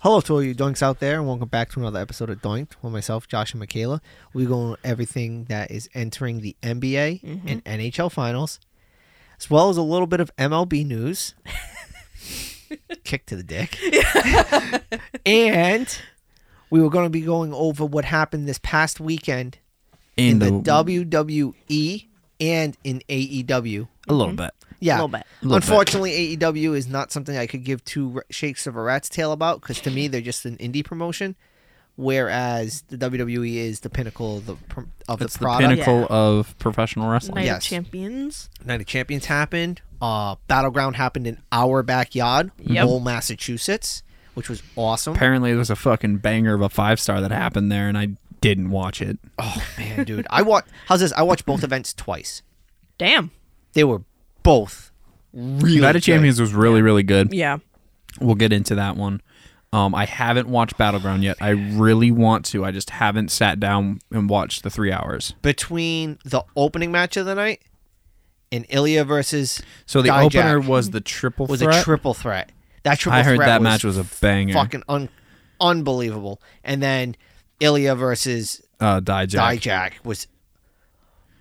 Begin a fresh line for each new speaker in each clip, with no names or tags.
Hello to all you doinks out there, and welcome back to another episode of Doinked with myself, Josh and Michaela. We go on everything that is entering the NBA and NHL finals, as well as a little bit of MLB news. Kick to the dick. and we were going to be going over what happened this past weekend in the WWE and in E AEW.
a little bit.
Yeah.
Little bit.
Little bit.
Unfortunately, AEW is not something I could give two r- shakes of a rat's tail about because to me they're just an indie promotion, whereas the WWE is the pinnacle of the pr- of
It's
the
the
product.
pinnacle of professional wrestling.
Night
Yes.
of Champions.
Night of Champions happened. Uh, Battleground happened in our backyard,
Yep.
Lowell, Massachusetts, which was awesome.
Apparently, there was a fucking banger of a five star that happened there, and I didn't watch it.
oh man, dude, I watch. How's this? I watched both events twice.
Damn.
They were both really
Night
good.
of Champions was really, really good.
Yeah.
We'll get into that one. Um, I haven't watched Battleground yet. I really want to. I just haven't sat down and watched the three hours.
between the opening match of the night and Ilya versus
So the
Dijak.
opener was the triple
was
threat.
a triple threat. That triple
I heard
threat
that
was
match was a banger.
fucking un- unbelievable. And then Ilya versus
uh, Dijak.
Dijak was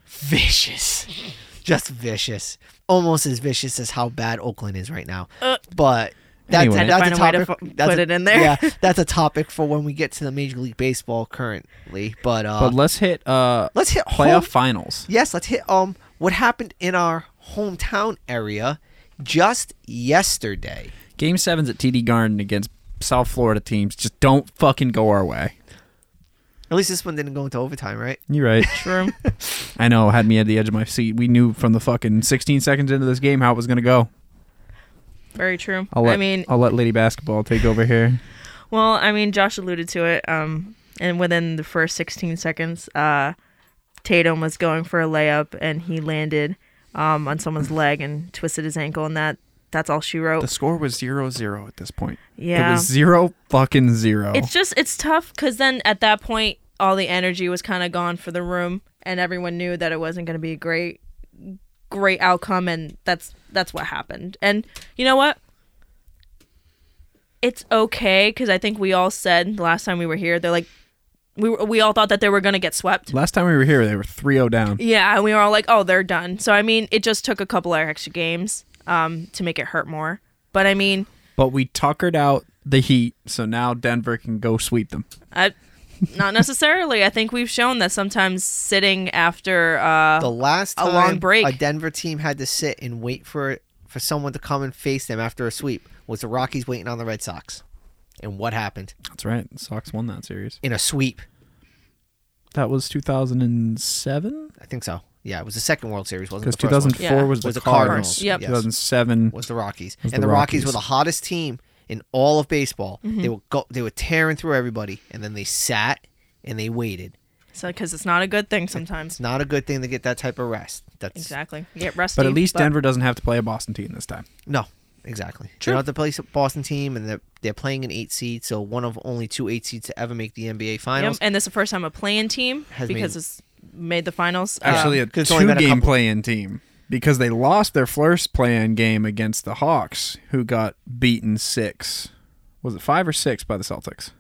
vicious, just vicious, almost as vicious as how bad Oakland is right now. but that's,
Anyway.
that's a
Uh, Find a way to
topic.
fu-
that's
put
a-
it in there.
Yeah, that's a topic for when we get to the Major League Baseball currently. But, uh,
But let's hit uh,
let's hit
playoff
home-
finals.
Yes, let's hit um what happened in our hometown area just yesterday.
Game sevens at TD Garden against South Florida teams. Just don't fucking go our way.
At least this one didn't go into overtime, right?
You're right.
True.
I know, had me at the edge of my seat. We knew from the fucking 16 seconds into this game how it was going to go.
Very true.
I'll let,
I mean,
I'll let Lady Basketball take over here.
well, I mean, Josh alluded to it. Um, and within the first 16 seconds, uh, Tatum was going for a layup and he landed um, on someone's leg and twisted his ankle, and that that's all she wrote.
The score was 0 0 at this point.
Yeah.
It was 0 fucking 0.
It's just it's tough because then at that point all the energy was kind of gone for the room, and everyone knew that it wasn't going to be a great, great outcome, and that's that's what happened. And you know what? It's okay because I think we all said the last time we were here, they're like, we were, we all thought that they were going to get swept.
Last time we were here, they were 3 0 down.
Yeah, and we were all like, oh, they're done. So I mean, it just took a couple of extra games um, to make it hurt more. But I mean,
But we tuckered out the Heat, so now Denver can go sweep them.
I, not necessarily. I think we've shown that sometimes sitting after uh,
The last
A
time
long break.
a Denver team had to sit and wait for for someone to come and face them after a sweep was the Rockies waiting on the Red Sox. And what happened?
That's right. The Sox won that series.
In a sweep.
That was 2007?
I think so. Yeah, it was the second World Series, wasn't it?
Because
The first one
2004
Yeah.
was the
Was the
Cardinals.
Cardinals, Yep. yes.
2007.
was the Rockies.
was
and
the
the Rockies. were
Rockies.
the hottest team in all of baseball.
Mm-hmm.
They were go- they were tearing through everybody and then they sat and they waited.
so because it's not a good thing sometimes.
It's not a good thing to get that type of rest. That's
Exactly, you get rusty.
But at least Denver doesn't have to play a Boston team this time.
No, exactly. They
True.
don't have to play some Boston team, and they're they're playing an eight seed, so one of only two eight seeds to ever make the NBA
Yep,
Finals.
and this is the first time a playing team
Has
because
been-
it's made the finals. Uh,
Actually, a
'cause it's only been a
two-game
couple-
play-in team because they lost their first play-in game against the Hawks, who got beaten six. Was it five or six by the Celtics?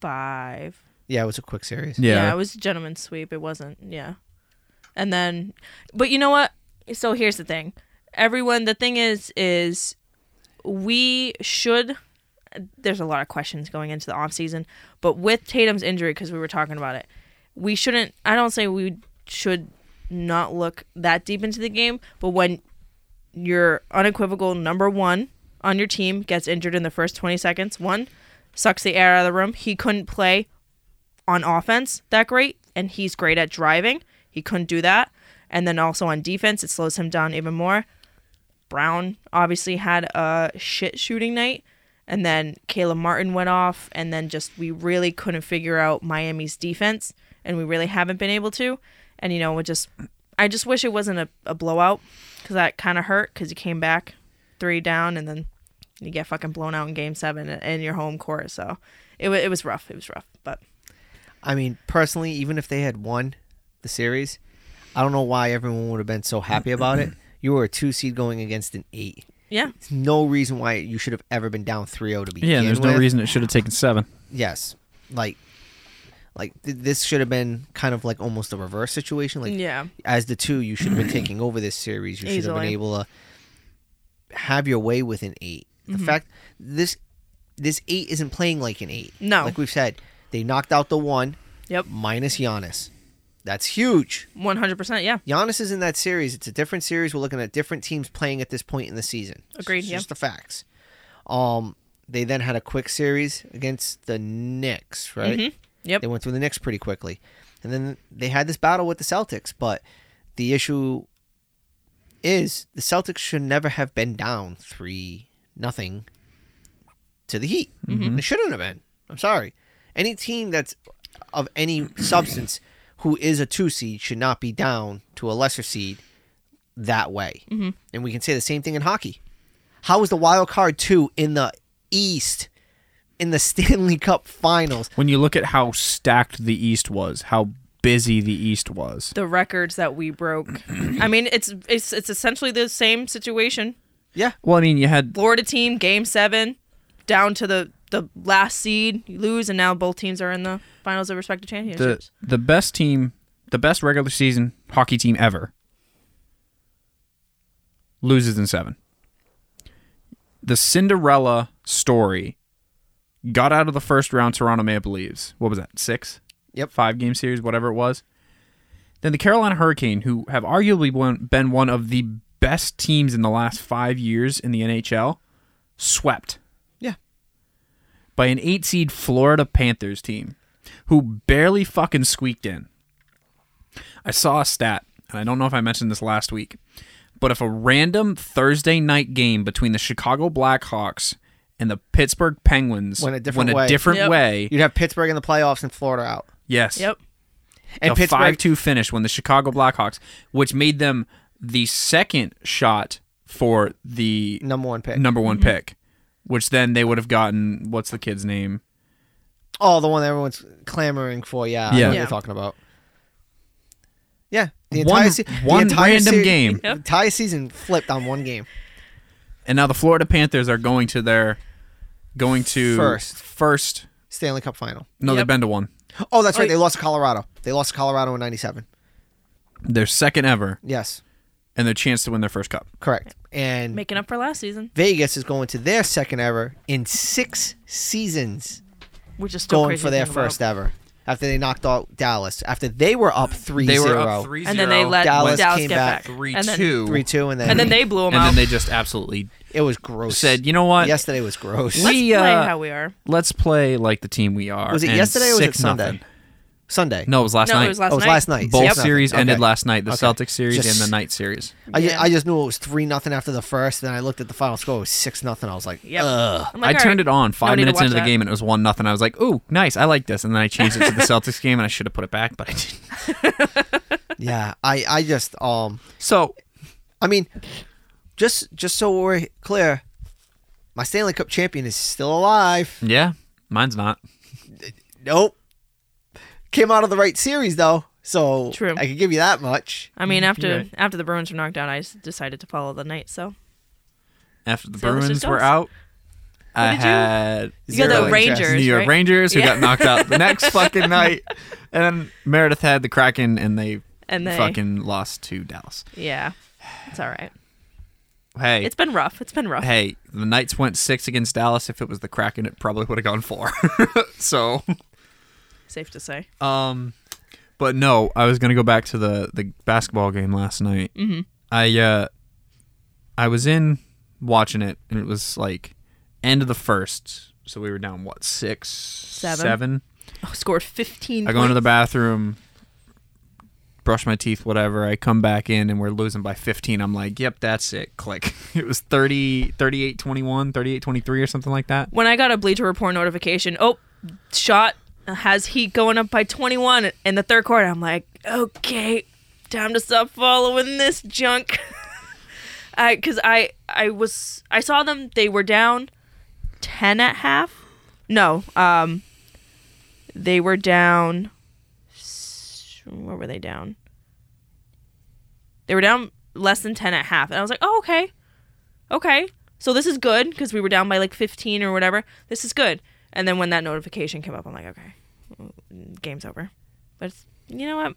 five.
Yeah, it was a quick series.
Yeah. it was a gentleman's sweep. It wasn't. Yeah, and then, but you know what? So here's the thing. Everyone, the thing is, is we should. There's a lot of questions going into the off season, but with Tatum's injury, because we were talking about it, we shouldn't. I don't say we should not look that deep into the game, but when your unequivocal number one on your team gets injured in the first 20 seconds, one sucks the air out of the room. He couldn't play on offense that great, and he's great at driving. He couldn't do that. And then also on defense, it slows him down even more. Brown obviously had a shit shooting night. And then Caleb Martin went off, and then just we really couldn't figure out Miami's defense, and we really haven't been able to. And you know, it just I just wish it wasn't a, a blowout because that kind of hurt because you came back three down, and then you get fucking blown out in game seven in- in your home court. So it, wa it was rough. It was rough, but
I mean, personally, even if they had won the series, I don't know why everyone would have been so happy about it. You were a two seed going against an eight.
Yeah.
There's no reason why you should have ever been down 3-0 to begin
Yeah, and there's no
with.
reason it should have taken seven.
Yes, like, like th- this should have been kind of like almost a reverse situation. Like,
yeah.
as the two, you should have been taking over this series. You should have
Easily.
been able to have your way with an eight. The
Mm-hmm.
fact this this eight isn't playing like an eight.
No.
like we've said, they knocked out the one
Yep.
minus Giannis. That's huge.
100%. Yeah.
Giannis is in that series. It's a different series. We're looking at different teams playing at this point in the season. It's
Agreed,
Just
yeah.
the facts. Um, they then had a quick series against the Knicks, right?
Yep.
They went through the Knicks pretty quickly, and then they had this battle with the Celtics. But the issue is the Celtics should never have been down three nothing to the Heat. They shouldn't have been. I'm sorry. Any team that's of any substance who is a two seed should not be down to a lesser seed that way. And we can say the same thing in hockey. How is the wild card two in the East in the Stanley Cup Finals?
When you look at how stacked the East was, how busy the East was,
The records that we broke. I mean, it's it's it's essentially the same situation.
Yeah,
Well, I mean, you had
Florida team game 7 down to the the last seed, you lose and now both teams are in the finals of respective
the
championships.
the best team, the best regular season hockey team ever, loses in seven. The Cinderella story got out of the first round. Toronto Maple Leafs. What was that? Six.
Yep.
Five game series, whatever it was. Then the Carolina Hurricane, who have arguably won, been one of the best teams in the last five years in the NHL, swept
yeah.
by an eight seed Florida Panthers team who barely fucking squeaked in. I saw a stat, and I don't know if I mentioned this last week, but if a random Thursday night game between the Chicago Blackhawks and the Pittsburgh Penguins
Went a different way.
different
Yep.
way,
You'd have Pittsburgh in the playoffs and Florida out.
yes,
yep.
And
a
Pittsburgh,
five two finish when the Chicago Blackhawks, which made them the second shot for the
number one pick.
number one
Mm-hmm.
pick, which then they would have gotten what's the kid's name?
Oh, the one that everyone's clamoring for. Yeah, I know
Yeah.
what
Yeah.
you're talking about. Yeah, the
One-
entire se-
one
the entire
random game.
the entire season flipped on one game.
And now the Florida Panthers are going to their going to
First.
first-
Stanley Cup final.
no, they've
Yep.
been to one.
Oh, that's right.
Oh,
They lost to Colorado. They lost to Colorado in '97.
Their second ever
Yes,
and their chance to win their first cup.
correct. And
Making up for last season,
Vegas is going to their second ever in six seasons,
which is still
going
crazy
for
to
their
think about.
first ever. After they knocked out Dallas, after they were up 3-0.
They were up 3
And then they let
Dallas
Dallas,
came
get
back
back.
3
and then,
2.
3-2, and then
And then they blew them
and
out.
then they just absolutely
it was gross.
said, "You know what?
Yesterday was gross.
Let's-
Play
We, uh,
how we are.
Let's play like the team we are."
Was it
and
yesterday or was it
6
Sunday?
nothing.
Sunday.
No, it was last
No,
night.
it was last
oh, it was
night.
last night.
Both
Six nothing.
series
Okay.
ended last night: the
Okay.
Celtics series
Just-
and the night series.
I, ju-
Yeah.
I just knew it was three nothing after the first. Then I looked at the final score. It was six nothing. I was like,
Yep.
ugh.
I'm like,
I
all
turned it
right,
on
no
five
need to
minutes
watch
into the
that.
game and it was one nothing. I was like, "Ooh, nice! I like this." And then I changed it to the Celtics game, and I should have put it back, but I didn't.
Yeah, I, I just um,
So
I mean, just just so we're clear, my Stanley Cup champion is still alive.
yeah, mine's not.
Nope, came out of the right series though, so
True.
I can give you that much.
I mean, after
right.
after the Bruins were knocked down, I s- decided to follow the Knights. So
After the
So let's
Bruins
just
were
go.
out, I
did you-
had
you got
Zero
the
interest.
Rangers,
New York
right?
Rangers who
Yeah.
got knocked out the next fucking night, and then Meredith had the Kraken, and they
And they,
fucking lost to Dallas.
yeah, it's all right.
Hey,
It's been rough. It's been rough.
hey, the Knights went six against Dallas. If it was the Kraken, it probably would have gone four. so,
Safe to say.
um, but no, I was gonna go back to the the basketball game last night. Mm-hmm. I uh, I was in watching it, and it was like end of the first, so we were down what six,
Seven.
seven?
Oh, scored 15.
I go into the
points.
bathroom, brush my teeth, whatever. I come back in and we're losing by 15. I'm like, yep, that's it. Click. It was 30, 38 21, 38 23 or something like that.
when I got a Bleacher Report notification. Oh, shot has Heat going up by 21 in the third quarter. I'm like, okay, time to stop following this junk. I because I I was I saw them. They were down 10 at half. No, um, they were down. s- What were they down? They were down less than 10 at half, and I was like, oh okay, okay. So this is good because we were down by like 15 or whatever. This is good. And then when that notification came up, I'm like, okay, game's over. But it's, you know what?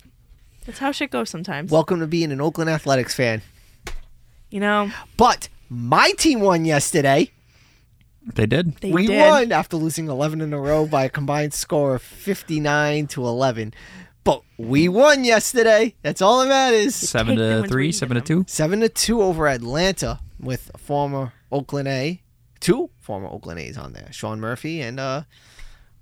That's how shit goes sometimes.
Welcome to being an Oakland Athletics fan.
you know,
But my team won yesterday.
They did.
they
we
did.
won after losing 11 in a row by a combined score of 59 to 11. But we won yesterday. That's all that matters.
Seven
take them
to
and
three,
read
seven to
them.
two.
7 to 2 over Atlanta with former Oakland A. Two former Oakland A's on there Sean Murphy and uh,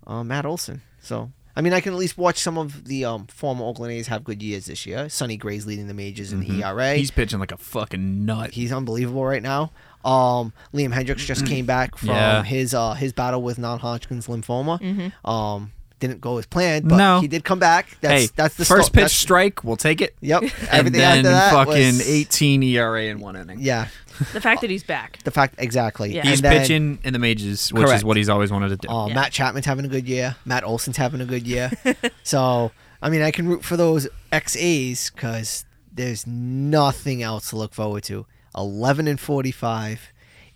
uh, Matt Olson. So. I mean, I can at least watch some of the um, former Oakland A's have good years this year. Sonny Gray's leading the majors in the E ERA.
He's pitching like a fucking nut.
he's unbelievable right now. Um, Liam Hendricks just came back from
Yeah.
his uh, his battle with non-Hodgkin's lymphoma. Um, didn't go as planned, but
No.
he did come back. That's
hey,
that's the
first
sto-
pitch
that's-
strike. We'll take it.
Yep.
and
Everything
then
after that
fucking
was-
18 ERA in one inning.
Yeah,
The fact that he's back.
the fact exactly.
Yeah.
And
He's
then,
pitching in the majors, which
Correct.
is what he's always wanted to do.
Uh,
Yeah.
Matt Chapman's having a good year. Matt Olson's having a good year. so I mean, I can root for those XAs because there's nothing else to look forward to. Eleven and forty-five.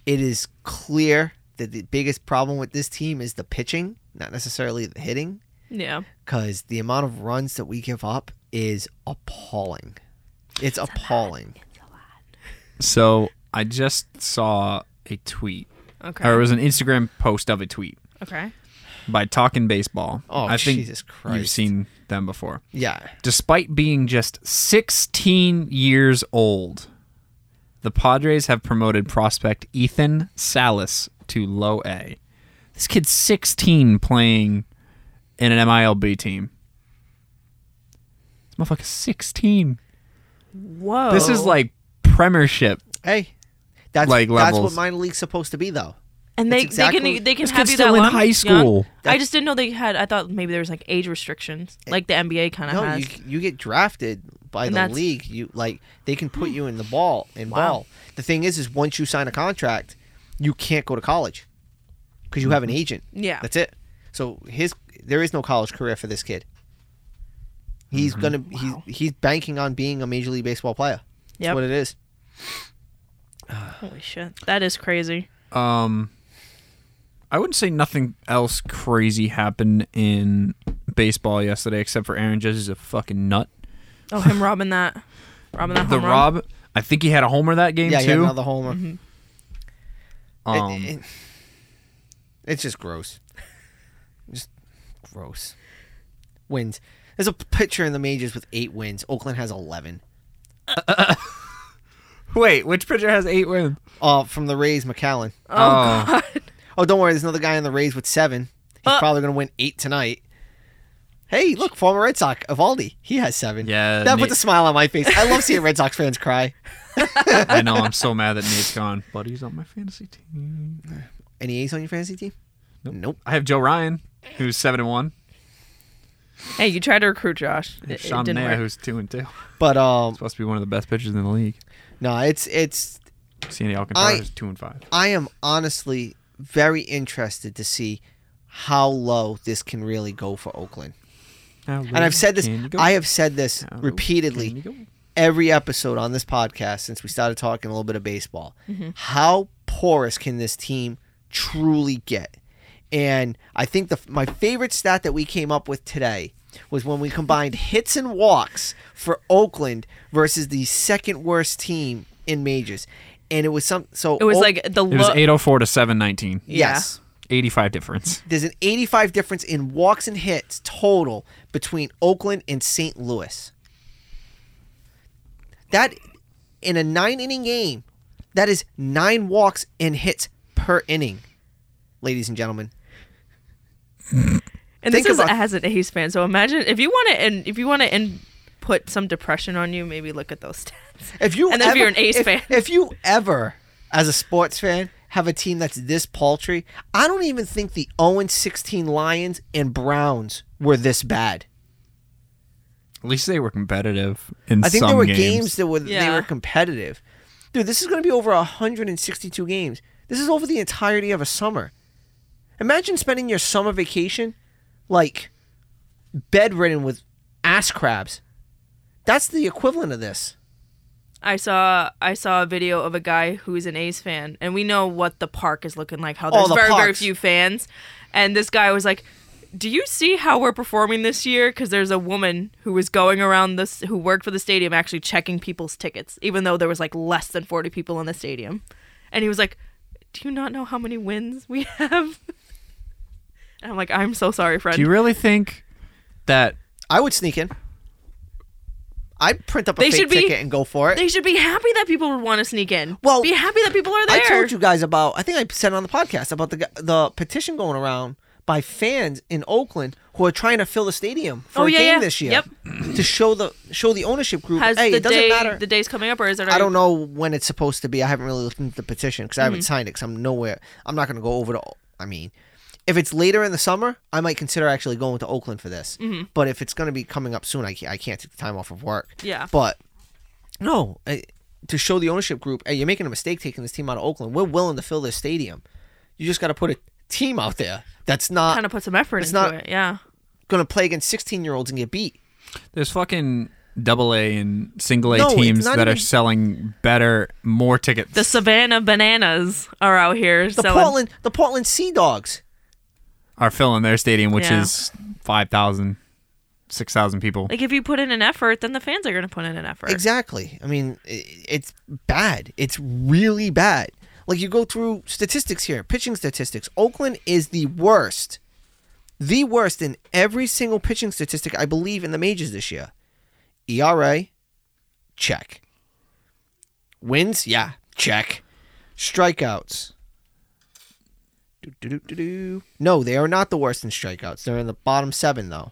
It is clear that the biggest problem with this team is the pitching, not necessarily the hitting,
Yeah.
because the amount of runs that we give up is appalling. It's appalling.
So I just saw a tweet,
Okay.
or it was an Instagram post of a tweet
okay.
by Talking Baseball.
Oh,
I think
Jesus Christ.
You've seen them before.
Yeah.
Despite being just 16 years old, the Padres have promoted prospect Ethan Salas to low A. This kid's 16 playing in an MILB team. This motherfucker's 16.
Whoa.
This is like premiership.
Hey, that's
Like
that's what
levels.
minor league's supposed to be, though.
and they,
That's exactly-
they can they can
This
have
kid's
you
still
that
in
long,
high
young.
school.
I just didn't know they had. I thought maybe there was like age restrictions,
Eh.
like the NBA kind of
No,
has.
you you get drafted by
And
the
that's-
league. You like they can put you in the ball in
Wow.
ball. The thing is, is once you sign a contract, you can't go to college because you have an agent.
Mm-hmm. Yeah.
that's it. So his there is no college career for this kid. He's gonna he's he's banking on being a major league baseball player. That's
Yep.
what it is.
Holy shit, that is crazy.
Um, I wouldn't say nothing else crazy happened in baseball yesterday except for Aaron Judge is a fucking nut.
Oh, him robbing that, robbing that
The
home run.
Rob, I think he had a homer that game
yeah,
too.
yeah, another homer.
Mm-hmm.
It-
um,
it- it's just gross. Just gross. Wins. There's a pitcher in the majors with eight wins. Oakland has eleven.
wait, which pitcher has eight wins?
Uh, from the Rays, McAllen.
Oh,
Oh.
God.
Oh, don't worry. There's another guy in the Rays with seven. He's
Uh.
probably going to win eight tonight. Hey, look, former Red Sox, Evaldi. He has seven.
Yeah,
That
Nate-
puts a smile on my face. I love seeing Red Sox fans cry.
I know. I'm so mad that Nate's gone, but he's on my fantasy team.
Any A's on your fantasy team? Nope.
I have Joe Ryan, who's seven and one.
Hey, you tried to recruit Josh. It,
and
it
Sean
didn't
Mania,
work.
who's two and two.
But um,
Supposed to be one of the best pitchers in the league.
no, it's it's.
Sandy Alcantara
I-
is two and five.
I am honestly very interested to see how low this can really go for Oakland. And I've said this. I have said this repeatedly. every episode on this podcast since we started talking a little bit of baseball.
Mm-hmm.
How porous can this team truly get? And I think the my favorite stat that we came up with today was when we combined hits and walks for Oakland versus the second worst team in majors. And it was some so
It was
Oak-
like the
It was
look.
eight oh four to seven nineteen.
yeah.
yes.
85 difference.
There's an 85 difference in walks and hits total between Oakland and St. Louis. That in a nine inning game, that is nine walks and hits per inning, ladies and gentlemen.
And
Think
this is
about-
as an A's fan. So imagine if you want to, and if you want to, and put some depression on you, maybe look at those stats.
If you
And if
ever-
you're an A's
if-
fan.
if you ever, as a sports fan, have a team that's this paltry, I don't even think the 0 16 Lions and Browns were this bad.
At least they were competitive in
I think
some
there were games,
games.
that were they
Yeah.
were competitive. Dude, this is going to be over 162 games. This is over the entirety of a summer. Imagine spending your summer vacation like bedridden with ass crabs. That's the equivalent of this.
I saw I saw a video of a guy who's an A's fan, and we know what the park is looking like. How there's
the
very very
parks.
few fans, and this guy was like, "Do you see how we're performing this year? Because there's a woman who was going around this who worked for the stadium actually checking people's tickets, even though there was like less than 40 people in the stadium." And he was like, "Do you not know how many wins we have?" And I'm like, "I'm so sorry, friend."
Do you really think that
I would sneak in. I'd print up a
They
fake
should be-
ticket and go for it.
they should be happy that people would want to sneak in.
Well,
be happy that people are
I
there.
told you guys about. I think I said on the podcast about the gu- the petition going around by fans in Oakland who are trying to fill the stadium for
Oh,
a
yeah,
game
yeah.
this year.
Yep.
To show the show the ownership group.
Has
hey,
the
it doesn't
day
matter.
the day's coming up, or is it?
I don't know when it's supposed to be. I haven't really looked into the petition because I haven't signed it because I'm nowhere. I'm not going to go over to. I mean, if it's later in the summer, I might consider actually going to Oakland for this. But if it's going to be coming up soon, I can't, I can't take the time off of work.
Yeah.
But no, I, to show the ownership group, hey, you're making a mistake taking this team out of Oakland. We're willing to fill this stadium. You just got to put a team out there that's not
Kind of put some effort
It's
into
not-
it. Yeah.
going to play against 16 year olds and get beat.
there's fucking double A and single A
No, it's
teams
not
that are
even-
selling better, more tickets?
The Savannah Bananas are out here
The
selling.
Portland, the Portland Sea Dogs.
are filling their stadium, which
Yeah.
is 5,000, 6,000 people.
Like if you put in an effort, then the fans are going to put in an effort.
Exactly. I mean, i it's bad. It's really bad. Like you go through statistics here, pitching statistics. Oakland is the worst, the worst in every single pitching statistic I believe in the majors this year. ERA, check. Wins, yeah, check. Strikeouts. Do-do-do-do-do. No, they are not the worst in strikeouts. They're in the bottom seven though.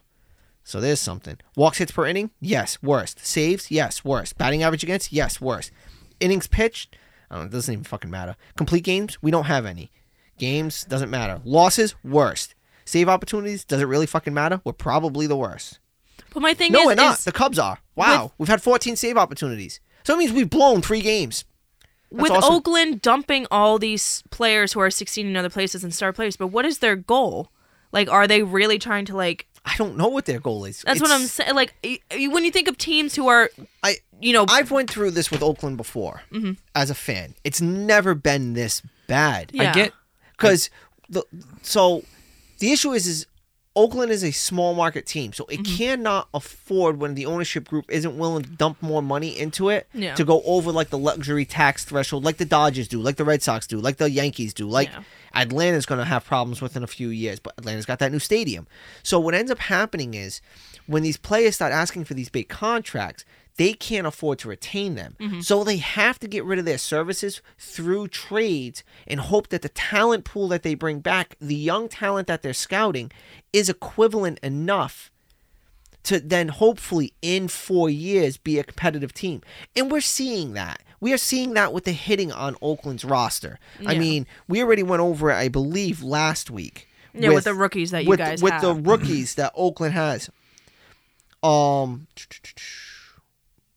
So there's something. Walks hits per inning? Yes, worst. Saves? Yes, worst. Batting average against? Yes, worst. Innings pitched? I don't know, it doesn't even fucking matter. Complete games? We don't have any. Games? Doesn't matter. Losses? Worst. Save opportunities? Does it really fucking matter? We're probably the worst.
But my thing
No,
is,
we're not.
is
the Cubs are. Wow. We've had 14 save opportunities. So it means we've blown three games.
with
awesome.
Oakland dumping all these players who are 16 in other places and star players, but what is their goal? Like, are they really trying to like?
I don't know what their goal is.
That's what
It's-
I'm saying. Like, y- y- when you think of teams who are,
I
you know,
I've went through this with Oakland before
Mm-hmm.
as a fan. It's never been this bad.
Yeah.
I get
because the so the issue is is Oakland is a small market team, so it
Mm-hmm.
cannot afford when the ownership group isn't willing to dump more money into it
Yeah.
to go over like the luxury tax threshold, like the Dodgers do, like the Red Sox do, like the Yankees do, like
Yeah.
Atlanta's going to have problems within a few years, but Atlanta's got that new stadium. So what ends up happening is when these players start asking for these big contracts, they can't afford to retain them. So they have to get rid of their services through trades and hope that the talent pool that they bring back, the young talent that they're scouting, is equivalent enough to then hopefully in four years be a competitive team. And we're seeing that. We are seeing that with the hitting on Oakland's roster. I
Yeah.
mean, we already went over it, I believe, last week.
Yeah, with the rookies that you
with,
guys
with the
have.
rookies that Oakland has. Um,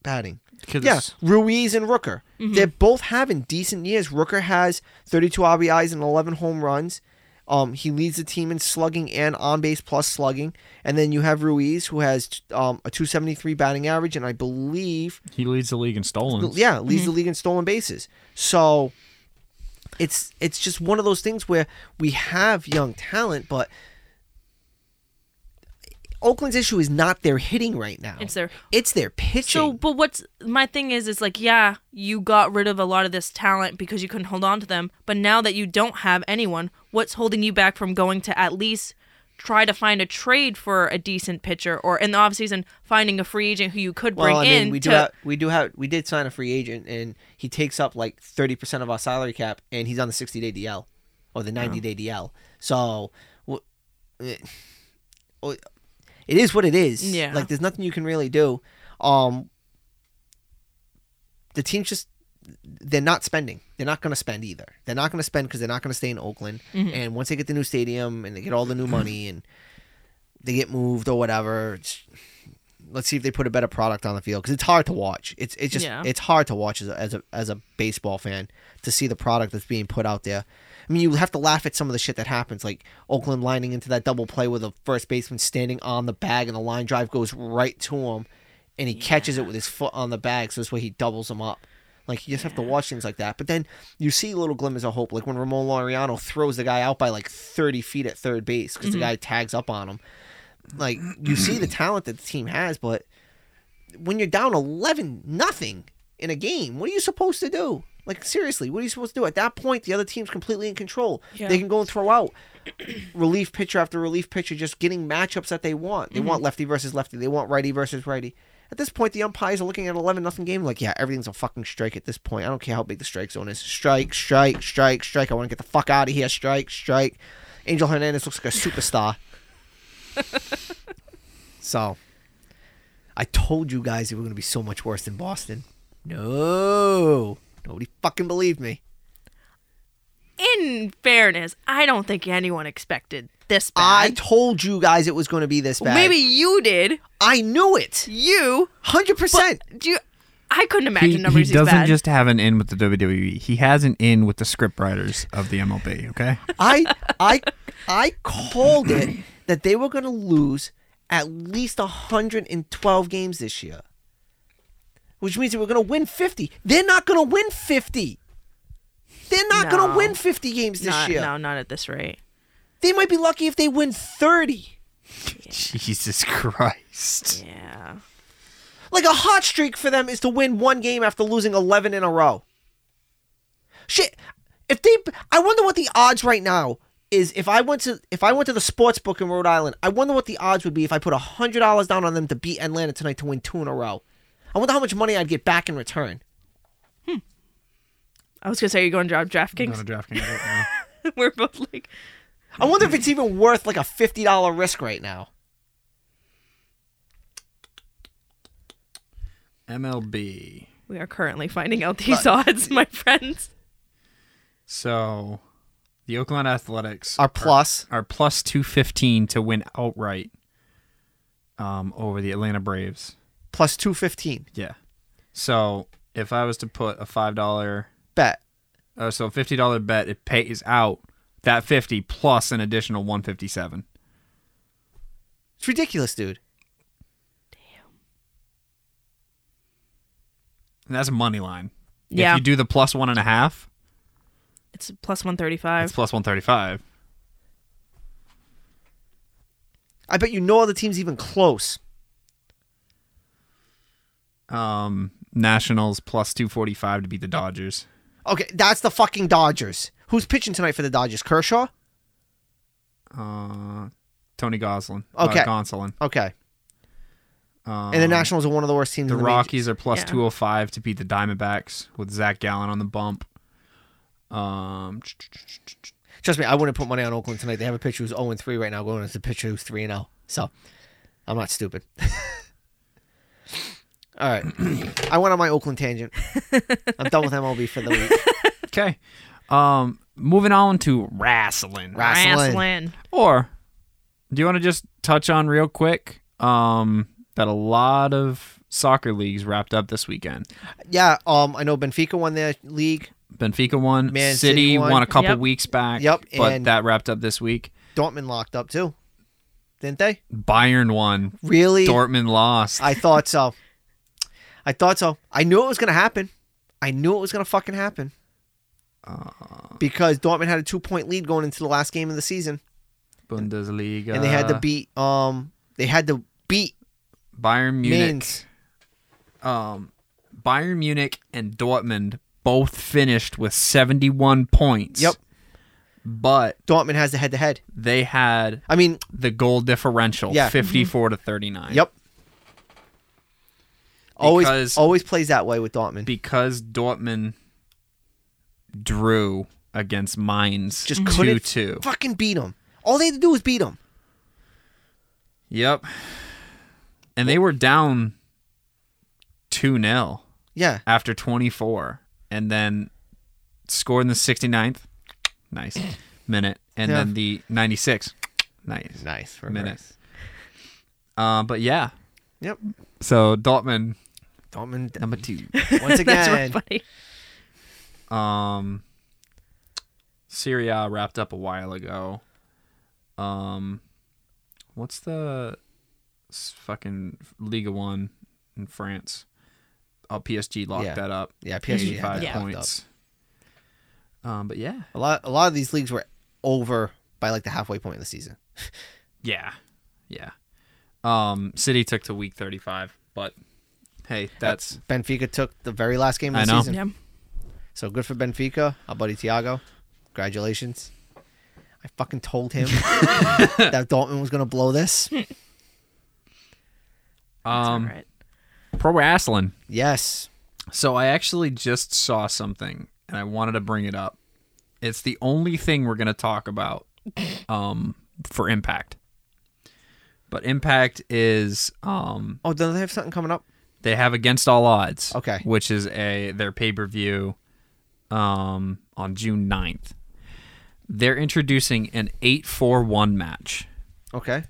batting.
Because
Yeah, Ruiz and Rooker.
Mm-hmm.
They're both having decent years. Rooker has 32 RBIs and 11 home runs. Um, he leads the team in slugging and on base plus slugging. And then you have Ruiz, who has um, a 273 batting average, and I believe,
he leads the league in stolen.
yeah, leads
Mm-hmm.
the league in stolen bases. So it's it's just one of those things where we have young talent, but Oakland's issue is not their hitting right now.
It's their-
it's their pitching.
So, but what's my thing is, is like, yeah, you got rid of a lot of this talent because you couldn't hold on to them. But now that you don't have anyone, what's holding you back from going to at least try to find a trade for a decent pitcher or in the offseason finding a free agent who you could bring
Well, I mean,
in?
we
to,
do have, we do have we did sign a free agent, and he takes up like thirty percent of our salary cap, and he's on the sixty day DL or the ninety day DL. So, wh- eh, oh, it is what it is.
Yeah.
like there's nothing you can really do. Um, the team's just they're not spending. They're not going to spend either. They're not going to spend because they're not going to stay in Oakland.
Mm-hmm.
And once they get the new stadium and they get all the new money and they get moved or whatever, it's, let's see if they put a better product on the field because it's hard to watch. It's it's just
Yeah.
it's hard to watch as a, as a as a baseball fan to see the product that's being put out there. I mean, you have to laugh at some of the shit that happens, like Oakland lining into that double play with a first baseman standing on the bag and the line drive goes right to him, and he catches it with his foot on the bag, so this way he doubles him up. Like you just have to watch things like that. But then you see little glimmers of hope, like when Ramon Laureano throws the guy out by like 30 feet at third base because the guy tags up on him. Like you see the talent that the team has, but when you're down 11 nothing in a game, what are you supposed to do? Like seriously, what are you supposed to do at that point? The other team's completely in control.
Yeah.
They can go and throw out relief pitcher after relief pitcher, just getting matchups that they want. They want lefty versus lefty. They want righty versus righty. At this point, the umpires are looking at an eleven nothing game. Like, yeah, everything's a fucking strike at this point. I don't care how big the strike zone is. Strike, strike, strike, strike. I want to get the fuck out of here. Strike, strike. Angel Hernandez looks like a superstar. so, I told you guys it was going to be so much worse than Boston. No, nobody fucking believed me.
In fairness, I don't think anyone expected this
I
bad.
told you guys it was going to be this bad.
Maybe you did.
I knew it.
You.
Hundred percent.
Do you, I couldn't imagine
He,
numbers
he
as
doesn't
bad.
just have an in with the WWE. He has an in with the scriptwriters of the MLB. Okay,
I I I called it that they were going to lose at least 112 games this year. Which means they were going to win 50. They're not going to win 50. They're not going
No.
to win 50 games this
not,
year.
No, not at this rate.
They might be lucky if they win 30.
Jesus Christ.
Yeah.
Like a hot streak for them is to win one game after losing 11 in a row. Shit. If they I wonder what the odds right now is if I went to if I went to the sports book in Rhode Island, I wonder what the odds would be if I put $100 down on them to beat Atlanta tonight to win two in a row. I wonder how much money I'd get back in return.
I was gonna say you're going to drop
I'm
DraftKings.
going to DraftKings right now.
We're both like,
I wonder if it's even worth like a $50 risk right now.
MLB.
we are currently finding out these odds, my friends.
So, the Oakland Athletics
Our plus
are plus 215 to win outright um, over the Atlanta Braves.
plus 215.
Yeah. So, if I was to put a $5,
Bet.
uh, so $50 bet, it pays out that 50 plus an additional 157.
It's ridiculous, dude.
And that's a money line.
Yeah.
If you do the plus one and a half,
It's plus one thirty-five.
it's plus 135.
I bet you no other team's even close.
Um, Nationals plus 245 to beat the Dodgers.
Okay, that's the fucking Dodgers. Who's pitching tonight for the Dodgers? Kershaw?
Uh, Tony Goslin.
Okay.
Uh, Gonsolin.
Okay.
Um,
And the Nationals are one of the worst teams
The
in the major-
Rockies are plus
Yeah.
205 to beat the Diamondbacks with Zach Gallen on the bump. Um,
Trust me, I wouldn't put money on Oakland tonight. They have a pitcher who's 0 3 right now going as the pitcher who's 3 0. So I'm not stupid. All right. I went on my Oakland tangent. I'm done with MLB for the week.
okay. Um, moving on to wrestling.
Wrestling.
Wrestling.
Or do you want to just touch on real quick um, that a lot of soccer leagues wrapped up this weekend?
Yeah, um, I know Benfica won their league.
Benfica won.
Man
City,
City won.
won. a couple
Yep.
weeks back.
Yep,
But
and-
that wrapped up this week.
Dortmund locked up too. Didn't they?
Bayern won.
Really?
Dortmund lost.
I thought so. I thought so. I knew it was going to happen. I knew it was going to fucking happen. because Dortmund had a two point lead going into the last game of the season.
Bundesliga.
and they had to beat um they had to beat
Bayern Munich.
Mainz.
um, Bayern Munich and Dortmund both finished with 71 points.
Yep.
But
Dortmund has the head to head.
they had
I mean,
the goal differential
Yeah. Mm-hmm.
54 to 39.
yep. Always
Because-
always plays that way with Dortmund.
Because Dortmund drew against Mainz
Just
2
couldn't
2.
fucking beat them. All they had to do was beat them.
Yep. And they were down 2 0
Yeah.
after 24 and then scored in the 69th. Nice. Minute. And
Yeah.
then the 96. Nice.
Nice for
minute. Uh, but yeah.
Yep.
So Dortmund
Dortmund
number two.
once
That's
again.
real funny.
Um, Syria wrapped up a while ago. Um, what's the s- fucking Liga One? in France. Uh, PSG locked
Yeah.
that up.
Yeah, PSG had
five
that locked
points. Um, but yeah,
A lot a lot of these leagues were over by like the halfway point of the season.
yeah, yeah. Um, City took to week thirty-five, but hey, that's
Benfica took the very last game of
I
the
know.
season. So good for Benfica. Our buddy Tiago. Congratulations. I fucking told him that Dortmund was gonna blow this.
um
All right.
pro wrestling.
Yes.
So I actually just saw something and I wanted to bring it up. It's the only thing we're going to talk about um, for Impact. But Impact is um,
Oh, don't they have something coming up?
they have Against All Odds,
Okay.
which is a their pay-per-view um, on June 9th. They're introducing an 8-4-1 match.
Okay.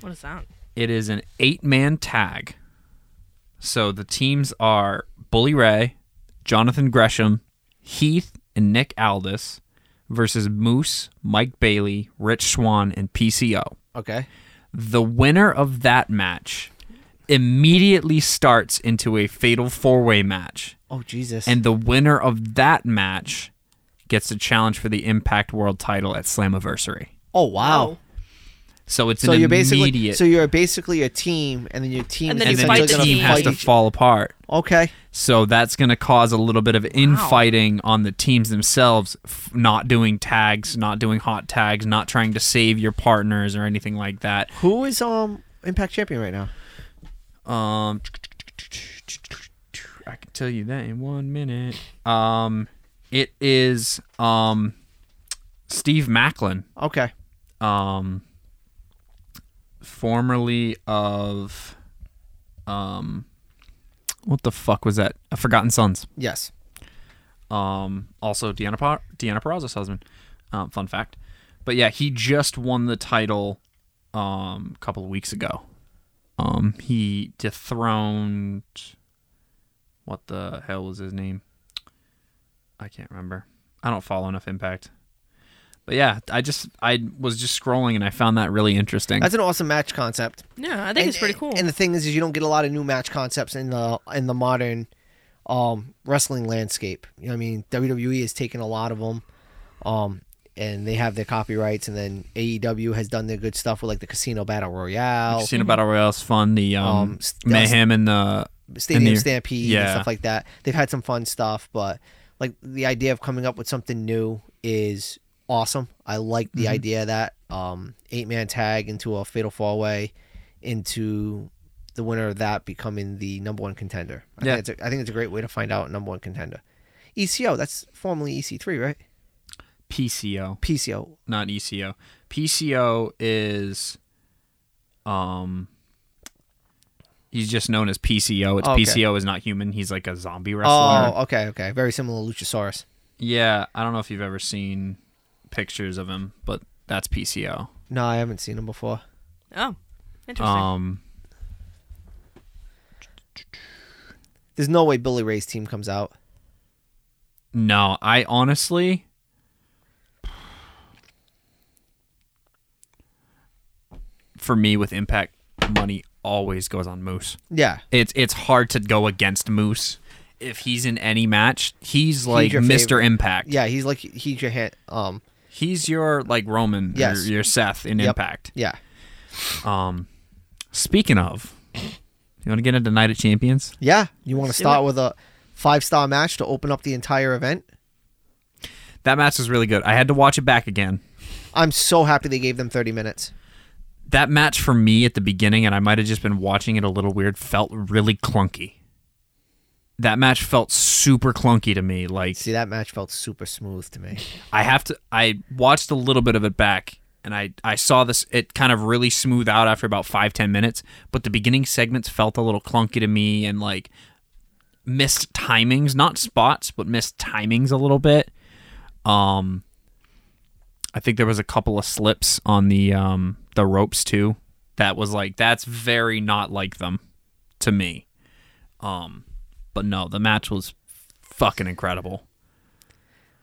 What is that?
It is an eight-man tag. So the teams are Bully Ray, Jonathan Gresham, Heath, and Nick Aldis versus Moose, Mike Bailey, Rich Swan, and PCO.
Okay.
The winner of that match immediately starts into a fatal four-way match,
Oh Jesus.
and the winner of that match gets a challenge for the Impact World Title at Slammiversary.
oh wow.
So it's
So
an
you're basically
immediate,
so you're basically a team, and then your team
And then
and
is
you
then
fight
the
essentially gonna
the
team has
fight
to
each-
fall apart.
Okay.
So that's going to cause a little bit of infighting on the teams themselves, f- not doing tags, not doing hot tags, not trying to save your partners or anything like that.
Who is um Impact champion right now?
Um, I can tell you that in one minute. Um, it is um, Steve Macklin,
Okay.
um, formerly of um, what the fuck was that? A Forgotten Sons.
Yes.
Um, also Deanna pa- Deanna Peraza's husband. Um, fun fact. But yeah, he just won the title um a couple of weeks ago. Um, he dethroned what the hell was his name? I can't remember. I don't follow enough Impact. But yeah, I just I was just scrolling and I found that really interesting.
That's an awesome match concept.
Yeah, I think
and,
it's pretty cool.
And the thing is, is you don't get a lot of new match concepts in the in the modern um, wrestling landscape. You know, what I mean, WWE has taken a lot of them, um, and they have their copyrights. And then AEW has done their good stuff with like the Casino Battle Royale,
Casino Battle Royale's fun. The um,
Um, s-
mayhem and the
Stadium
and the-
Stampede, and
yeah.
stuff like that. They've had some fun stuff, but like the idea of coming up with something new is awesome. I like
Mm-hmm.
the idea of that um, eight man tag into a fatal four way into the winner of that becoming the number one contender. I
Yeah.
think it's a, I think it's a great way to find out number one contender. ECO, that's formerly EC3, right?
PCO.
PCO.
not E ECO. PCO is um he's just known as PCO. It's
Okay.
PCO is not human. He's like a zombie wrestler.
Oh, okay, okay. Very similar to Luchasaurus.
Yeah, I don't know if you've ever seen pictures of him, but that's PCO.
No, I haven't seen him before.
oh, interesting.
Um
There's no way Billy Ray's team comes out.
no, I honestly for me with impact money always goes on Moose.
Yeah.
it's it's hard to go against Moose if he's in any match. He's like
your
Mr.
favorite.
Impact.
Yeah, he's like he's your hand um
He's your like Roman,
Yes.
your, your Seth in
Yep.
Impact.
yeah.
Um speaking of, you want to get into Night of Champions?
Yeah, you want to
Let's do
start
it.
with a five star match to open up the entire event.
That match was really good. I had to watch it back again.
I'm so happy they gave them 30 minutes.
That match for me at the beginning and I might have just been watching it a little weird felt really clunky. That match felt super clunky to me. Like
See, that match felt super smooth to me.
I have to. I watched a little bit of it back, and I I saw this. It kind of really smooth out after about five ten minutes, but the beginning segments felt a little clunky to me, and like missed timings, not spots, but missed timings a little bit. Um, I think there was a couple of slips on the um the ropes too. That was like that's very not like them to me. Um, but no, the match was fucking incredible.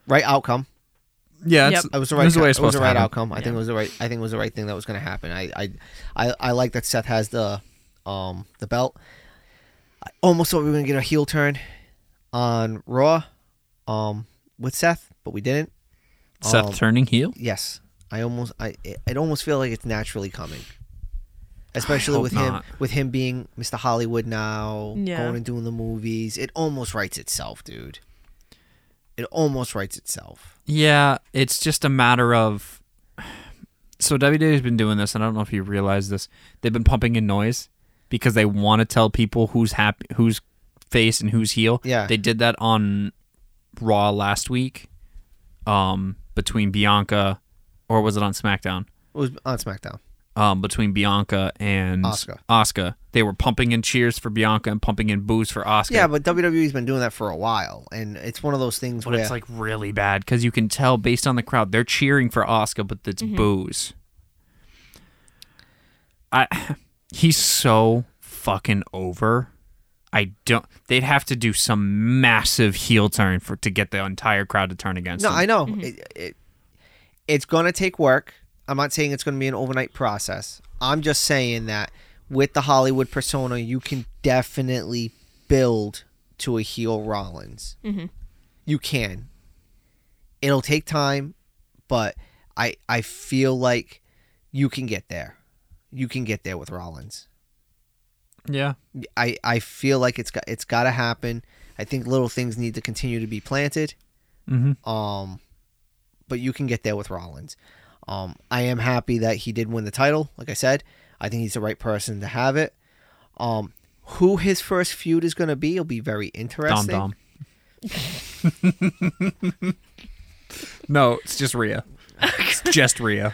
Right outcome.
Yeah,
it's- Yep.
It was the
the
right.
way
it
it's
was
supposed
the
to
right
happen.
outcome. I think it was the right. I think it was the right thing that was going to happen. I, I, I, I like that Seth has the, um, the belt. I almost thought we were gonna get a heel turn on Raw, um, with Seth, but we didn't.
Seth
Um,
turning heel.
Yes, I almost I it, it almost feel like it's naturally coming, especially
hope
with
not.
him with him being Mr. Hollywood now,
Yeah.
going and doing the movies. It almost writes itself, dude. It almost writes itself.
Yeah, it's just a matter of. So WWE's been doing this, and I don't know if you realize this. They've been pumping in noise because they want to tell people who's happy, who's face, and who's heel.
Yeah.
they did that on Raw last week, um, between Bianca, or was it on SmackDown?
It was on SmackDown.
Um, between Bianca and
Asuka.
Asuka. they were pumping in cheers for Bianca and pumping in boos for Asuka.
Yeah, but WWE's been doing that for a while, and it's one of those things
But
where
it's like really bad because you can tell based on the crowd they're cheering for Oscar, but it's boos. I he's so fucking over. I don't. They'd have to do some massive heel turn for to get the entire crowd to turn against
no,
him.
I know it, it. It's gonna take work. I'm not saying it's gonna be an overnight process. I'm just saying that with the Hollywood persona, you can definitely build to a heel Rollins. You can. It'll take time, but I I feel like you can get there. You can get there with Rollins.
yeah,
I, I feel like it's got it's got to happen. I think little things need to continue to be planted.
Mhm.
Um, but you can get there with Rollins. Um, I am happy that he did win the title. Like I said, I think he's the right person to have it. Um, who his first feud is going to be will be very
Dom
interesting.
Dom. no, it's just Rhea. It's just Rhea.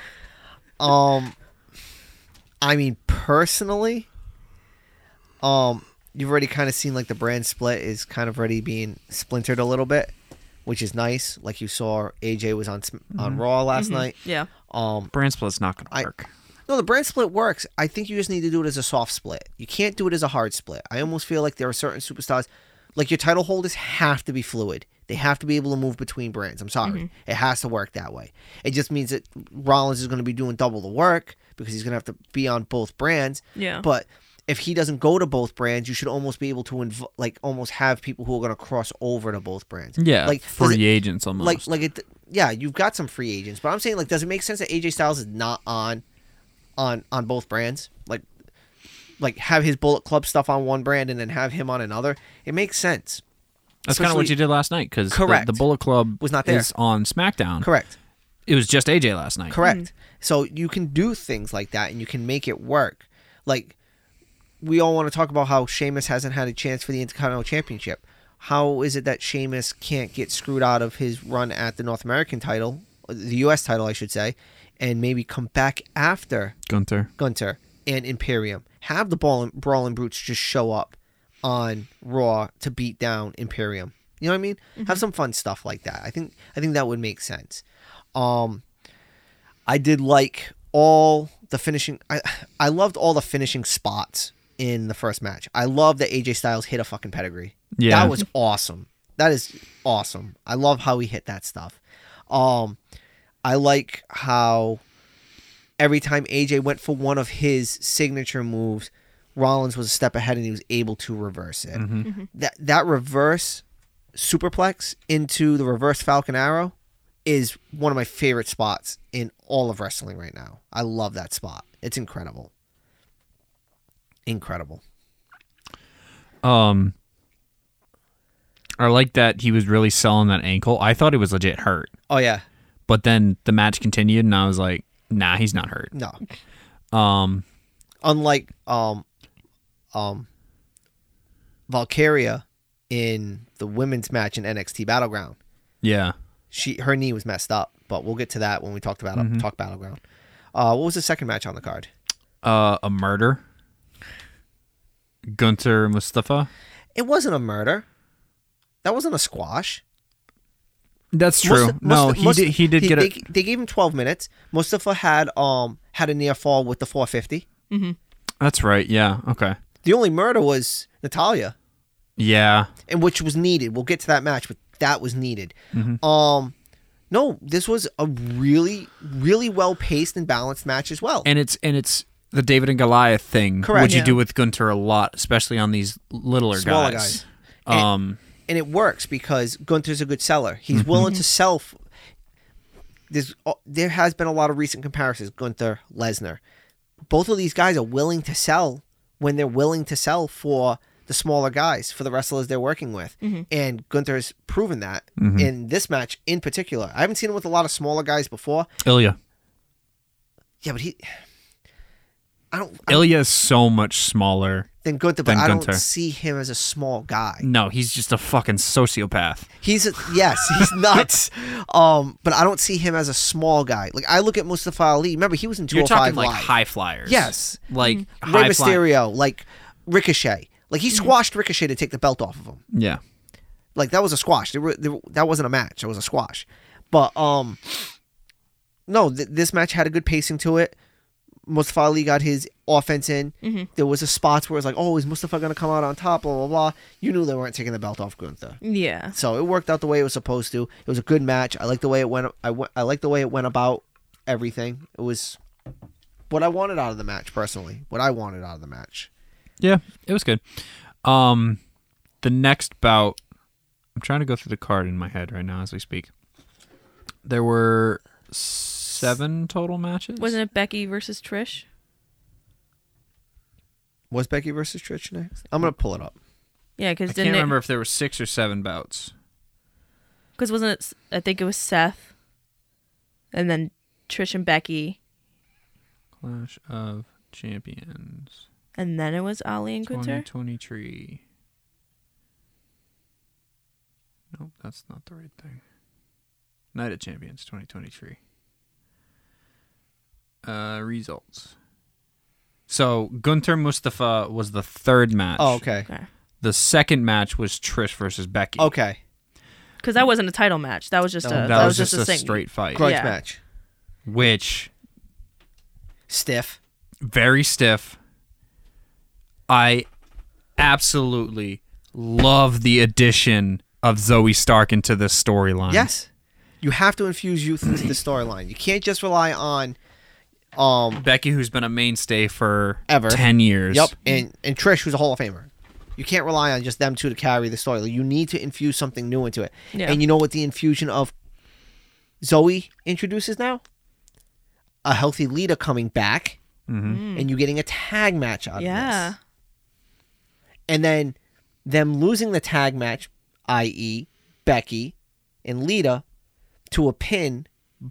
Um, I mean, personally, um, you've already kind of seen like the brand split is kind of already being splintered a little bit, which is nice. Like you saw, AJ was on Sm- on Raw last night.
Yeah.
Um,
Brand split's not gonna
I-
work.
no, the brand split works. I think you just need to do it as a soft split. You can't do it as a hard split. I almost feel like there are certain superstars, like your title holders, have to be fluid. They have to be able to move between brands. I'm sorry, it has to work that way. It just means that Rollins is going to be doing double the work because he's going to have to be on both brands.
Yeah.
But if he doesn't go to both brands, you should almost be able to inv- like almost have people who are going to cross over to both brands.
Yeah,
like
like
does it-
free agents almost.
like like it yeah you've got some free agents but i'm saying like does it make sense that aj styles is not on on on both brands like like have his bullet club stuff on one brand and then have him on another it makes sense
That's kind of what
Especially-
you did last night because the,
Correct.
the Bullet Club
Was not there.
is on SmackDown.
correct
It was just AJ last night.
correct so you can do things like that and you can make it work like we all want to talk about how Sheamus hasn't had a chance for the Intercontinental Championship. How is it that Sheamus can't get screwed out of his run at the North American title, the U.S. title, I should say, and maybe come back after
Gunther.
Gunter and Imperium. Have the ball Brawling Brutes just show up on Raw to beat down Imperium. You know what I mean? Have some fun stuff like that. I think I think that would make sense. Um I did like all the finishing I I loved all the finishing spots in the first match. I love that AJ Styles hit a fucking pedigree.
Yeah.
That was awesome. That is awesome. I love how he hit that stuff. Um I like how every time AJ went for one of his signature moves, Rollins was a step ahead and he was able to reverse it. That that reverse superplex into the reverse Falcon Arrow is one of my favorite spots in all of wrestling right now. I love that spot. It's incredible. Incredible.
Um, I like that he was really selling that ankle. I thought it was legit hurt,
Oh yeah.
but then the match continued, and I was like, "Nah, he's not hurt."
No.
Um,
unlike um um Valkyria in the women's match in NXT Battleground.
yeah,
She her knee was messed up, but we'll get to that when we talk about
Mm-hmm.
talk Battleground. Uh, what was the second match on the card?
uh, a murder. Gunther Mustafa.
It wasn't a murder. That wasn't a squash.
That's true.
Musta-
no,
Musta-
he
Musta-
did. He did get
they,
a
They gave him twelve minutes. Mustafa had um had a near fall with the four fifty.
That's right. Yeah. Okay.
The only murder was Natalia.
Yeah.
and which was needed. We'll get to that match, but that was needed.
Mm-hmm.
Um, no, this was a really, really well paced and balanced match as well.
and it's and it's the David and Goliath thing,
Correct.
which you
Yeah.
do with Gunter a lot, especially on these littler
Smaller
guys.
guys. And-
Um,
and it works because Gunther's a good seller. He's willing to sell. f- There's uh, there has been a lot of recent comparisons. Gunther Lesnar, both of these guys are willing to sell when they're willing to sell for the smaller guys for the wrestlers they're working with, and Gunther's proven that in this match in particular. I haven't seen him with a lot of smaller guys before.
Ilya.
Yeah, but he. I don't
Ilya is so much smaller.
think Gunther, but
Then
I
Gunther.
don't see him as a small guy.
No, he's just a fucking sociopath.
He's a, yes, he's nuts. um, but I don't see him as a small guy. Like I look at Mustafa Ali. Remember, he was in two
You're
hundred five
talking like
live.
high flyers.
Yes. Mm-hmm.
Like
Rey
high Mm-hmm. flyers.
Mysterio, like Ricochet. Like he squashed Ricochet to take the belt off of him.
Yeah.
Like that was a squash. There were, there, were- that wasn't a match. It was a squash. But um, no, th- this match had a good pacing to it. Mustafa Ali got his offense in.
Mm-hmm.
There was a spots where it was like, oh, is Mustafa gonna come out on top? Blah blah blah. You knew they weren't taking the belt off Gunther.
Yeah.
So it worked out the way it was supposed to. It was a good match. I like the way it went. I went, I like the way it went about everything. It was what I wanted out of the match personally. What I wanted out of the match.
Yeah, it was good. Um, the next bout, I'm trying to go through the card in my head right now as we speak. There were seven total matches.
Wasn't it Becky versus Trish?
Was Becky versus Trish next? I'm gonna pull it up.
Yeah, because
I
didn't
can't remember if there were six or seven bouts.
Because wasn't it? S- I think it was Seth, and then Trish and Becky,
Clash of Champions
and then it was Ali and Gunther.
2023. Nope, that's not the right thing. Night of Champions 2023. Uh, results. So Gunter Mustafa was the third match.
Oh, okay.
Okay.
The second match was Trish versus Becky.
Okay.
Because that wasn't a title match. That was just
No,
a. That,
That,
was just, a, sing-
straight fight,
Grudge
Yeah.
match.
which
Stiff.
very stiff. I absolutely love the addition of Zoe Stark into this storyline.
Yes. You have to infuse youth into the storyline. You can't just rely on um
Becky, who's been a mainstay for
Ever.
ten years.
Yep. And and Trish, who's a Hall of Famer. You can't rely on just them two to carry the story. You need to infuse something new into it.
Yeah.
And you know what the infusion of Zoe introduces now? A healthy leader coming back and you getting a tag match out of
Mm. Yeah.
this. And then them losing the tag match, i.e., Becky and Lita, to a pin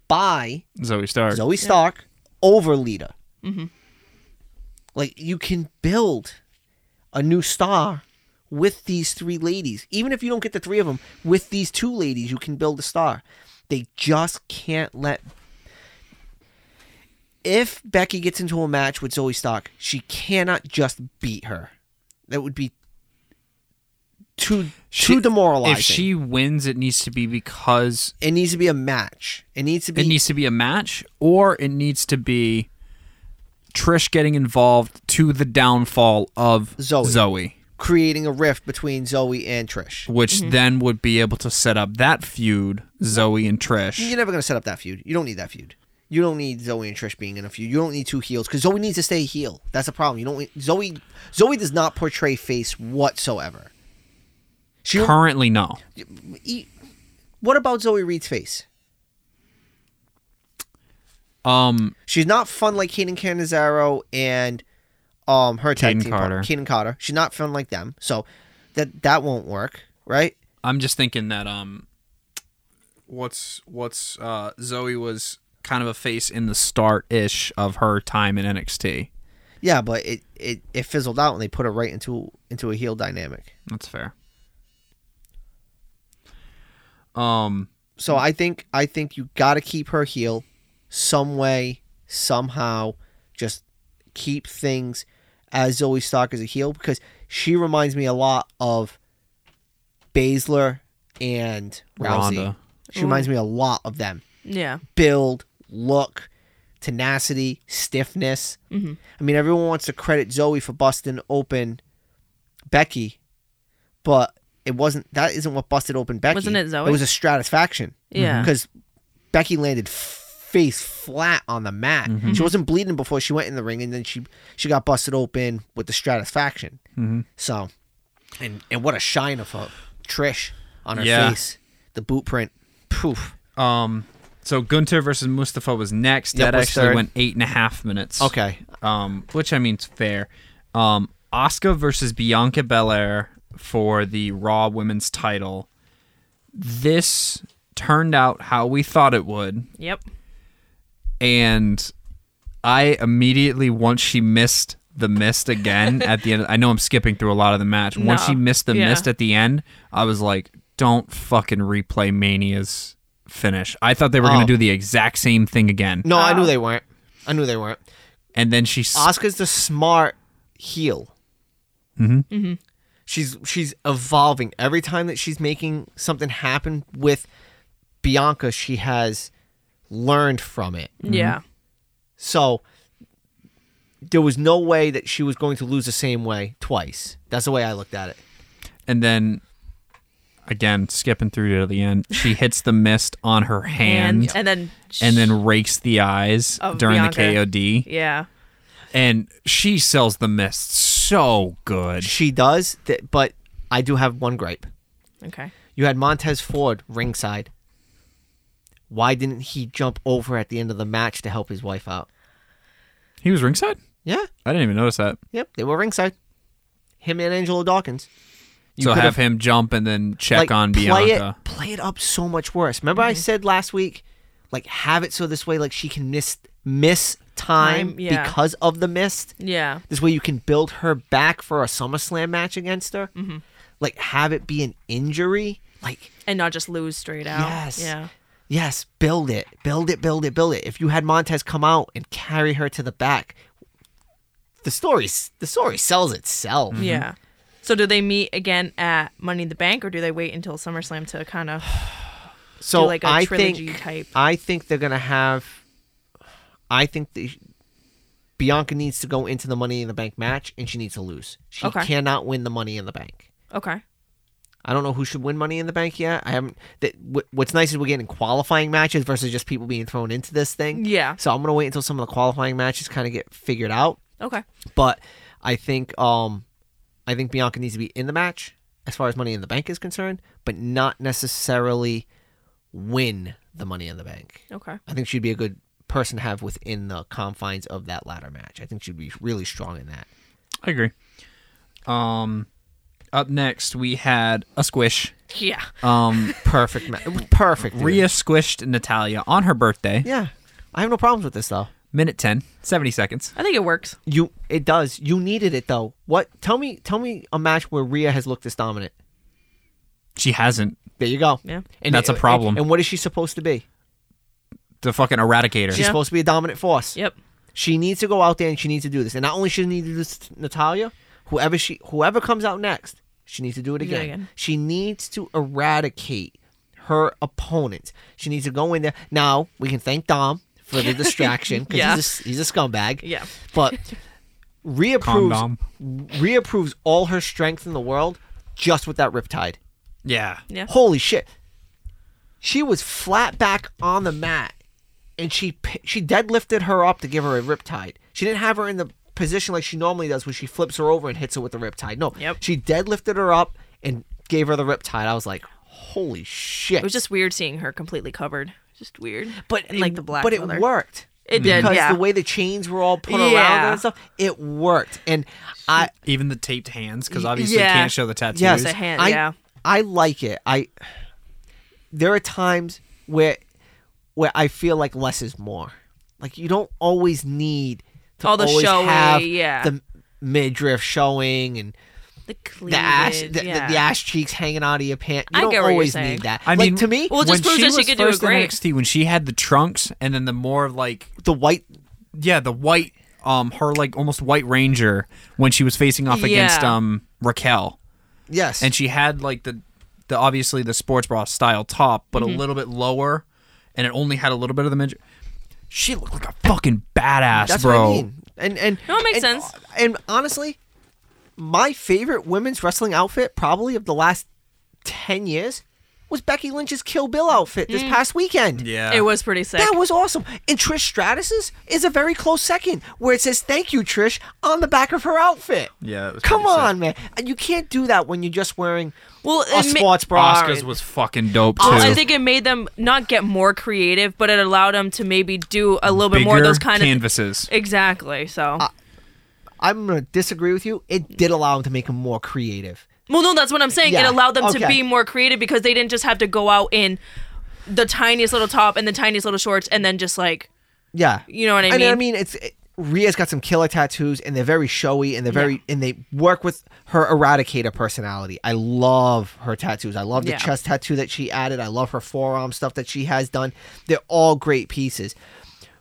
by
Zoe Stark.
Zoe Stark over Lita. Like you can build a new star with these three ladies. Even if you don't get the three of them, with these two ladies, you can build a star. They just can't let. If Becky gets into a match with Zoe Stark, she cannot just beat her. That would be too
She-
too demoralizing.
If she wins, it needs to be because
it needs to be a match. It needs to be.
it needs to be a match, or it needs to be Trish getting involved to the downfall of
Zoe.
Zoe.
creating a rift between Zoe and Trish.
Which then would be able to set up that feud, Zoe and Trish.
You're never going to set up that feud. You don't need that feud. You don't need Zoe and Trish being in a feud. You don't need two heels because Zoe needs to stay heel. That's a problem. You don't need- Zoe. Zoe does not portray face whatsoever. She.
Currently, no.
e- what about Zoe Reed's face?
Um,
She's not fun like Kaden Canizaro and um her tag
Kaden
team partner,
Carter.
Kaden Carter. She's not fun like them. So that that won't work, right?
I'm just thinking that um, what's what's uh Zoe was kind of a face in the start ish of her time in NXT.
Yeah, but it, it it fizzled out and they put her right into into a heel dynamic.
That's fair. Um,
So I think I think you got to keep her heel, some way, somehow, just keep things as Zoe Stark as a heel because she reminds me a lot of Baszler and Rousey.
Ronda.
She reminds me a lot of them.
Yeah.
Build, look, tenacity, stiffness. I mean, everyone wants to credit Zoe for busting open Becky, but it wasn't. That isn't what busted open Becky.
Wasn't it Zoe?
Mm-hmm. It was a stratisfaction
Yeah.
because Becky landed 50 face flat on the mat. She wasn't bleeding before she went in the ring, and then she she got busted open with the stratisfaction. So, and and what a shine of a Trish on her
Yeah.
face, the boot print, poof.
Um, so Gunter versus Mustafa was next.
Yep,
that
was
actually
third.
went eight and a half minutes.
Okay.
Um, which I mean, it's fair. Um, Oscar versus Bianca Belair for the Raw Women's Title. This turned out how we thought it would,
Yep.
and I immediately once she missed the mist again at the end. I know I'm skipping through a lot of the match. Once
No.
she missed the
Yeah.
mist at the end, I was like, "Don't fucking replay Mania's finish." I thought they were
Oh.
gonna do the exact same thing again,
No, I knew they weren't. I knew they weren't.
and then she s-
Oscar's the smart heel. Mm-hmm. Mm-hmm. She's she's evolving every time that she's making something happen with Bianca. She has learned from it,
Yeah.
so there was no way that she was going to lose the same way twice. That's the way I looked at it.
and then again skipping through to the end, she hits the mist on her hand.
And and then
and then rakes the eyes
Of
during
Bianca.
the KOD,
yeah.
and she sells the mist so good.
She does, th- but I do have one gripe.
Okay.
You had Montez Ford ringside. Why didn't he jump over at the end of the match to help his wife out?
He was ringside.
Yeah,
I didn't even notice that.
Yep, they were ringside. Him and Angelo Dawkins. You
so
could've,
have him jump and then check
like,
on
play
Bianca.
It, play it up so much worse. Remember I said last week, like have it so this way, like she can miss miss time,
Time, yeah.
because of the mist.
Yeah.
This way you can build her back for a SummerSlam match against her. Like have it be an injury. Like
And not just lose straight out.
Yes.
Yeah.
yes, build it, build it, build it, build it. If you had Montez come out and carry her to the back, the story the story sells itself.
Yeah. So do they meet again at Money in the Bank or do they wait until SummerSlam to kind of
so
do, like, a
I
trilogy
think,
type.
I think they're gonna have. I think the Bianca needs to go into the Money in the Bank match, and she needs to lose. She
Okay.
cannot win the Money in the Bank.
Okay.
I don't know who should win Money in the Bank yet. I haven't. That wh- what's nice is we're getting qualifying matches versus just people being thrown into this thing.
Yeah.
So I'm gonna wait until some of the qualifying matches kind of get figured out.
Okay.
But I think um I think Bianca needs to be in the match as far as Money in the Bank is concerned, but not necessarily win the Money in the Bank.
Okay.
I think she'd be a good person to have within the confines of that ladder match. I think she'd be really strong in that.
I agree. Um, up next we had a squish.
Yeah.
Um,
Perfect match. Perfect. dude.
Rhea squished Natalia on her birthday.
Yeah. I have no problems with this though.
Minute 10, 70 seconds.
I think it works.
You it does. You needed it though. What tell me tell me a match where Rhea has looked this dominant.
She hasn't
There you go.
Yeah.
And
That's a problem.
And, what is she supposed to be?
the fucking eradicator.
She's
Yeah.
supposed to be a dominant force.
Yep.
She needs to go out there and she needs to do this. And not only she needs to do this to Natalia, whoever she whoever comes out next, she needs to do it
Do it
again.
again.
She needs to eradicate her opponent. She needs to go in there. Now we can thank Dom for the distraction because
Yeah.
he's, a- he's a scumbag.
Yeah.
But Rhea
Calm
proves,
Dom.
Rhea proves all her strength in the world just with that riptide.
Yeah.
Yeah.
Holy shit. She was flat back on the mat and she pi- she deadlifted her up to give her a riptide. She didn't have her in the position like she normally does where she flips her over and hits her with the riptide. No.
Yep.
She deadlifted her up and gave her the riptide. I was like, "Holy shit."
It was just weird seeing her completely covered. Just weird.
but
And,
it-
like the black
But it
color.
worked.
It did,
Because
yeah.
the way the chains were all put around her
Yeah.
and stuff, it worked. And I
Even the taped hands, because
Y-
obviously
yeah.
can't show the tattoos.
Yes,
Use a hand,
I,
yeah.
I like it. I there are times where where I feel like less is more. Like you don't always need to
All the
always
showy,
have
yeah.
the midriff showing and
The cleavage.
the ash the,
yeah.
the, the ash cheeks hanging out of your pants. You
I
don't
get what you're
always
saying.
need that.
I
like
mean,
to me,
Well, it just
when
proves that
was
she could do a
first in
great-
NXT, when she had the trunks and then the more like
the white
yeah, the white, um, her like almost white ranger when she was facing off against
Yeah.
um Raquel,
yes.
and she had like the, the obviously the sports bra style top, but
Mm-hmm.
a little bit lower, and it only had a little bit of the mid. She looked like a fucking badass,
That's
bro.
what I mean. And and
No, it makes
and-
sense.
And honestly, my favorite women's wrestling outfit probably of the last ten years was Becky Lynch's Kill Bill outfit
Mm.
this past weekend.
Yeah.
It was pretty sick.
That was awesome. And Trish Stratus's is a very close second, where it says "Thank you, Trish" on the back of her outfit.
Yeah, that was
Come
pretty sick.
on, man. And You can't do that when you're just wearing
well,
a
it ma-
sports bra.
Oscars was fucking dope too.
Well, Oh, I think it made them not get more creative, but it allowed them to maybe do a little bit more of
Bigger
those kind
canvases.
of exactly. So,
I'm gonna disagree with you. It did allow him to make him more creative.
well, no, that's what I'm saying.
yeah,
it allowed them
okay.
to be more creative because they didn't just have to go out in the tiniest little top and the tiniest little shorts and then just like
Yeah,
You know what I
And I
mean?
mean, it's it, Rhea's got some killer tattoos, and they're very showy, and they're very and they work with her eradicator personality. I love her tattoos. I love the
Yeah.
chest tattoo that she added. I love her forearm stuff that she has done. They're all great pieces,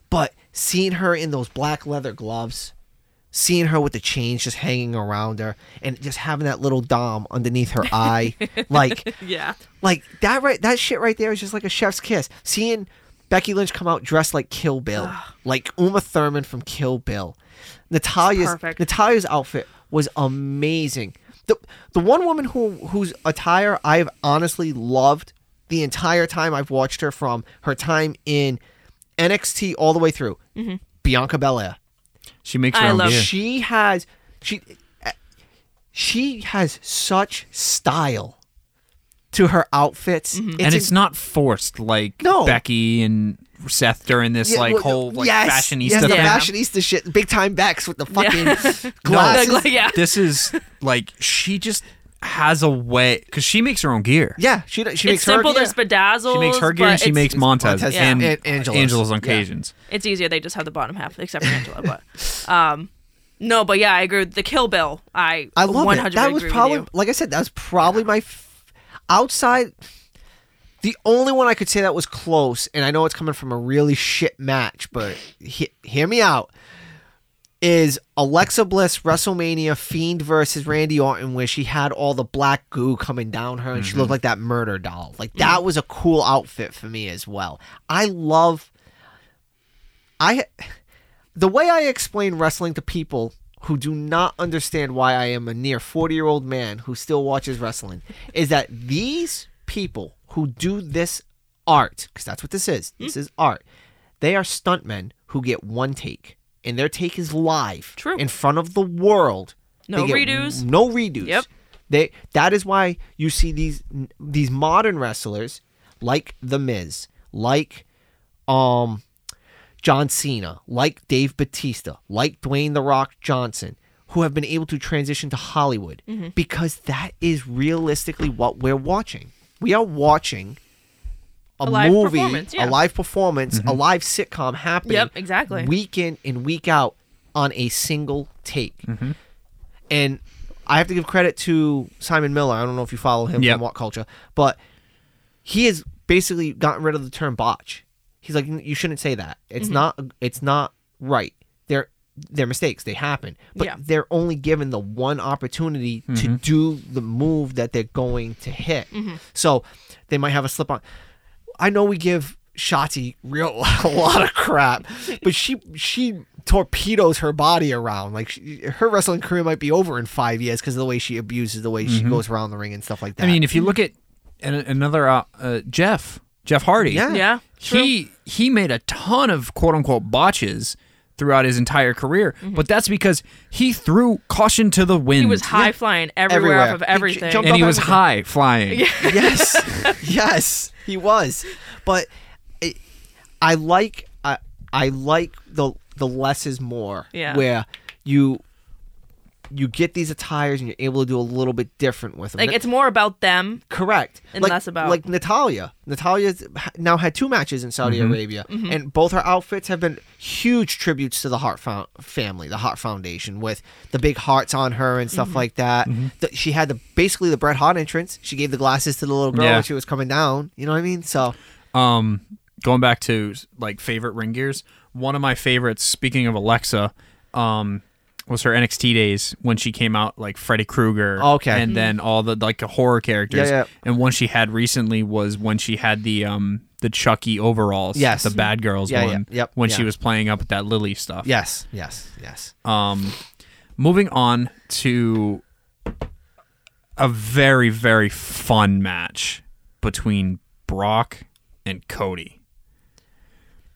but seeing her in those black leather gloves. Seeing her with the chains just hanging around her, and just having that little dom underneath her eye, like
yeah.
like that right that shit right there is just like a chef's kiss. Seeing Becky Lynch come out dressed like Kill Bill, like Uma Thurman from Kill Bill. Natalia's
Perfect.
Natalia's outfit was amazing. The the one woman who whose attire I've honestly loved the entire time I've watched her from her time in NXT all the way through. Bianca Belair.
she makes her
I
own
love-
beer.
She has she she has such style to her outfits.
Mm-hmm. and
in-
it's not forced like
No.
Becky and Seth during this
Yeah,
like
well,
whole like
yes,
fashionista
yes, the
thing.
Yeah.
fashionista shit, big time backs with the fucking
Yeah.
glasses.
Like, like, yeah.
This is like she just has a way because she makes her own gear.
yeah, she she
It's
makes
simple.
her
There's bedazzles.
She makes her gear
but
and she
it's-
makes Montez,
Montez
and,
and Angela's.
Angela's. on
Yeah.
occasions.
It's easier. They just have the bottom half, except for Angela. But um, no, but yeah, I agree. with The Kill Bill, I
I love
100
it. That was
agree with
probably
you.
like I said, that was probably my f- outside. The only one I could say that was close, and I know it's coming from a really shit match, but he- hear me out. Is Alexa Bliss WrestleMania Fiend versus Randy Orton, where she had all the black goo coming down her and she
Mm-hmm.
looked like that murder doll. Like, that was a cool outfit for me as well. I love. I the way I explain wrestling to people who do not understand why I am a near 40 year old man who still watches wrestling is that these people who do this art, because that's what this is,
Hmm.
this is art, they are stuntmen who get one take. And their take is live
True.
in front of the world.
No
They get
redos.
No redos.
Yep.
They that is why you see these these modern wrestlers like The Miz, like um John Cena, like Dave Batista, like Dwayne The Rock Johnson, who have been able to transition to Hollywood
Mm-hmm.
because that is realistically what we're watching. We are watching a,
A live
movie,
performance,
a
yeah.
live performance, a live sitcom happening
Yep, exactly.
week in and week out on a single take. And I have to give credit to Simon Miller. I don't know if you follow him
Yep.
from What Culture, but he has basically gotten rid of the term botch. He's like, you shouldn't say that. It's not. It's not right. They're they're mistakes. They happen, but
Yeah.
they're only given the one opportunity
Mm-hmm.
to do the move that they're going to hit. So they might have a slip on. I know we give Shotzi real a lot of crap, but she she torpedoes her body around. Like she, her wrestling career might be over in five years because of the way she abuses, the way she goes around the ring and stuff like that.
Mm-hmm. I mean, if you look at an, another uh, uh, Jeff, Jeff Hardy,
Yeah.
Yeah.
he he made a ton of quote unquote botches throughout his entire career,
Mm-hmm.
but that's because he threw caution to the wind.
He was high flying everywhere,
Everywhere.
off of
He j-
everything.
jumped
and he
Above
was
everything.
high flying.
yes, yes, he was. But it, I like I I like the the less is more.
Yeah.
Where you you get these attires and you're able to do a little bit different with them.
like it's more about them.
Correct.
And
like,
less about-
like Natalia. Natalia's ha- now had two matches in Saudi
Mm-hmm.
Arabia,
Mm-hmm.
and both her outfits have been huge tributes to the Hart fo- family, the Hart Foundation, with the big hearts on her and
Mm-hmm.
stuff like that.
Mm-hmm.
The- she had the basically the Bret Hart entrance. She gave the glasses to the little girl
Yeah.
when she was coming down. You know what I mean? So
Um, going back to like favorite ring gears, one of my favorites. Speaking of Alexa, um, was her NXT days when she came out like Freddy Krueger.
Oh, Okay.
and then all the like the horror characters.
Yeah, yeah.
And one she had recently was when she had the um the Chucky overalls.
Yes.
the Bad Girls
Yeah, yeah.
one.
Yep,
When she
yeah.
was playing up with that Lily stuff.
yes, yes, yes.
Um, moving on to a very very fun match between Brock and Cody.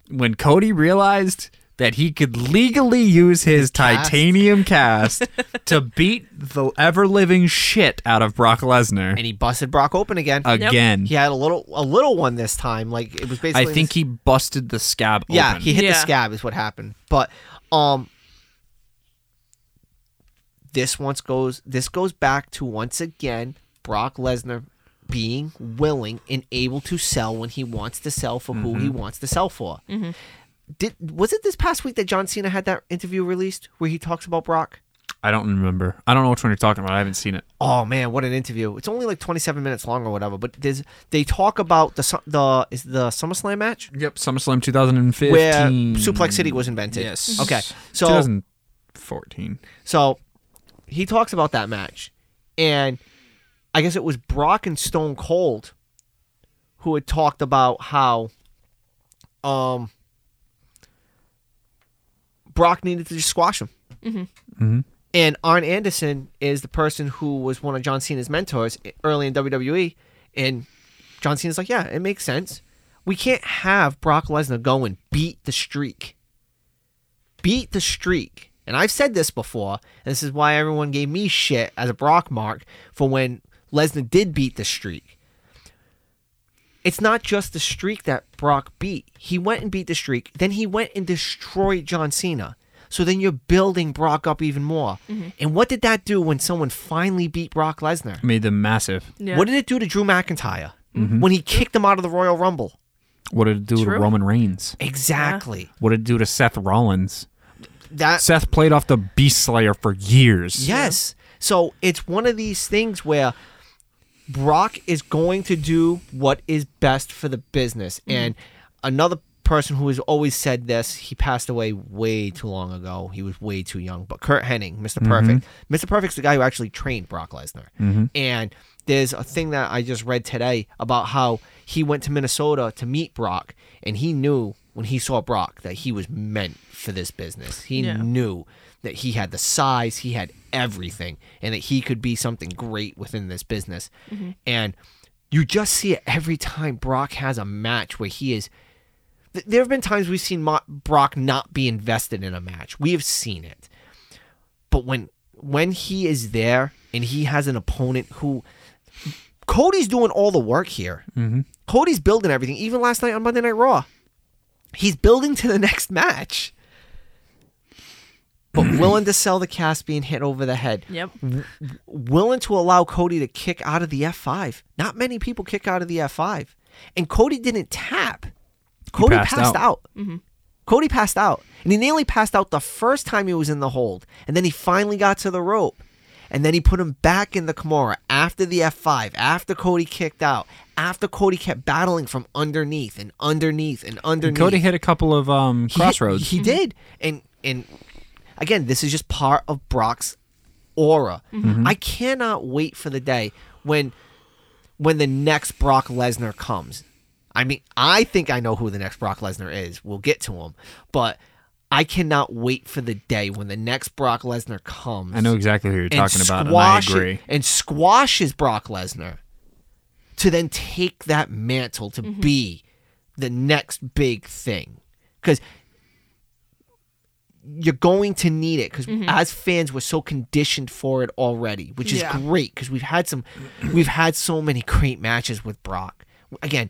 When Cody realized that he could legally use his
cast.
titanium cast to beat the ever living shit out of Brock Lesnar
and he busted Brock open again.
again.
he had a little a little one this time. Like it was
uh, I
basically.
think he busted the scab
yeah
open.
he hit the
Yeah.
scab is what happened. But um, this once goes this goes back to once again Brock Lesnar being willing and able to sell when he wants to sell for who he wants to sell for. Did was it this past week that John Cena had that interview released where he talks about Brock?
I don't remember. I don't know which one you're talking about. I haven't seen it.
Oh man, what an interview! It's only like twenty seven minutes long or whatever. But there's they talk about the Su- the is the SummerSlam match
Yep, SummerSlam 2015.
where Suplex City was invented.
Yes.
Okay. So
2014.
so he talks about that match, and I guess it was Brock and Stone Cold who had talked about how um Brock needed to just squash him. Mm-hmm. And Arn Anderson is the person who was one of John Cena's mentors early in WWE, and John Cena's like, yeah, it makes sense. We can't have Brock Lesnar go and beat the streak beat the streak. And I've said this before, and this is why everyone gave me shit as a Brock mark for when Lesnar did beat the streak. It's not just the streak that Brock beat. He went and beat the streak, then he went and destroyed John Cena. So then you're building Brock up even more. And what did that do when someone finally beat Brock Lesnar?
Made them massive.
Yeah.
What did it do to Drew McIntyre when he kicked him out of the Royal Rumble?
What did it do
True.
to Roman Reigns?
Exactly.
What did it do to Seth Rollins?
That
Seth played off the Beast Slayer for years.
Yes. So it's one of these things where Brock is going to do what is best for the business. And another person who has always said this, he passed away way too long ago. He was way too young. But Kurt Hennig, mister Perfect. Mr. Perfect's the guy who actually trained Brock Lesnar. And there's a thing that I just read today about how he went to Minnesota to meet Brock and he knew when he saw Brock that he was meant for this business. He
Yeah.
knew that he had the size, he had everything, and that he could be something great within this business. And you just see it every time Brock has a match where he is. th- There have been times we've seen Mo- Brock not be invested in a match. We have seen it but when when he is there and he has an opponent who Cody's doing all the work here. Mm-hmm. Cody's building everything. Even last night on Monday Night Raw, he's building to the next match. But willing to sell the cast being hit over the head.
Yep.
Willing to allow Cody to kick out of the F5. Not many people kick out of the F5. And Cody didn't tap. Cody
passed
passed,
out.
out. Cody passed out, and he nearly passed out the first time he was in the hold, and then he finally got to the rope, and then he put him back in the Kimura after the F5, after Cody kicked out, after Cody kept battling from underneath and underneath and underneath.
Cody hit a couple of
He
um,
hit-
crossroads.
He, did, and and again, this is just part of Brock's aura.
Mm-hmm.
I cannot wait for the day when when the next Brock Lesnar comes. I mean, I think I know who the next Brock Lesnar is. We'll get to him, but I cannot wait for the day when the next Brock Lesnar comes.
I know exactly who you're
and
talking about, and I
squash-
agree.
and squashes Brock Lesnar to then take that mantle to
Mm-hmm.
be the next big thing because you're going to need it because as fans we're so conditioned for it already which is
Yeah.
great because we've had some we've had so many great matches with brock again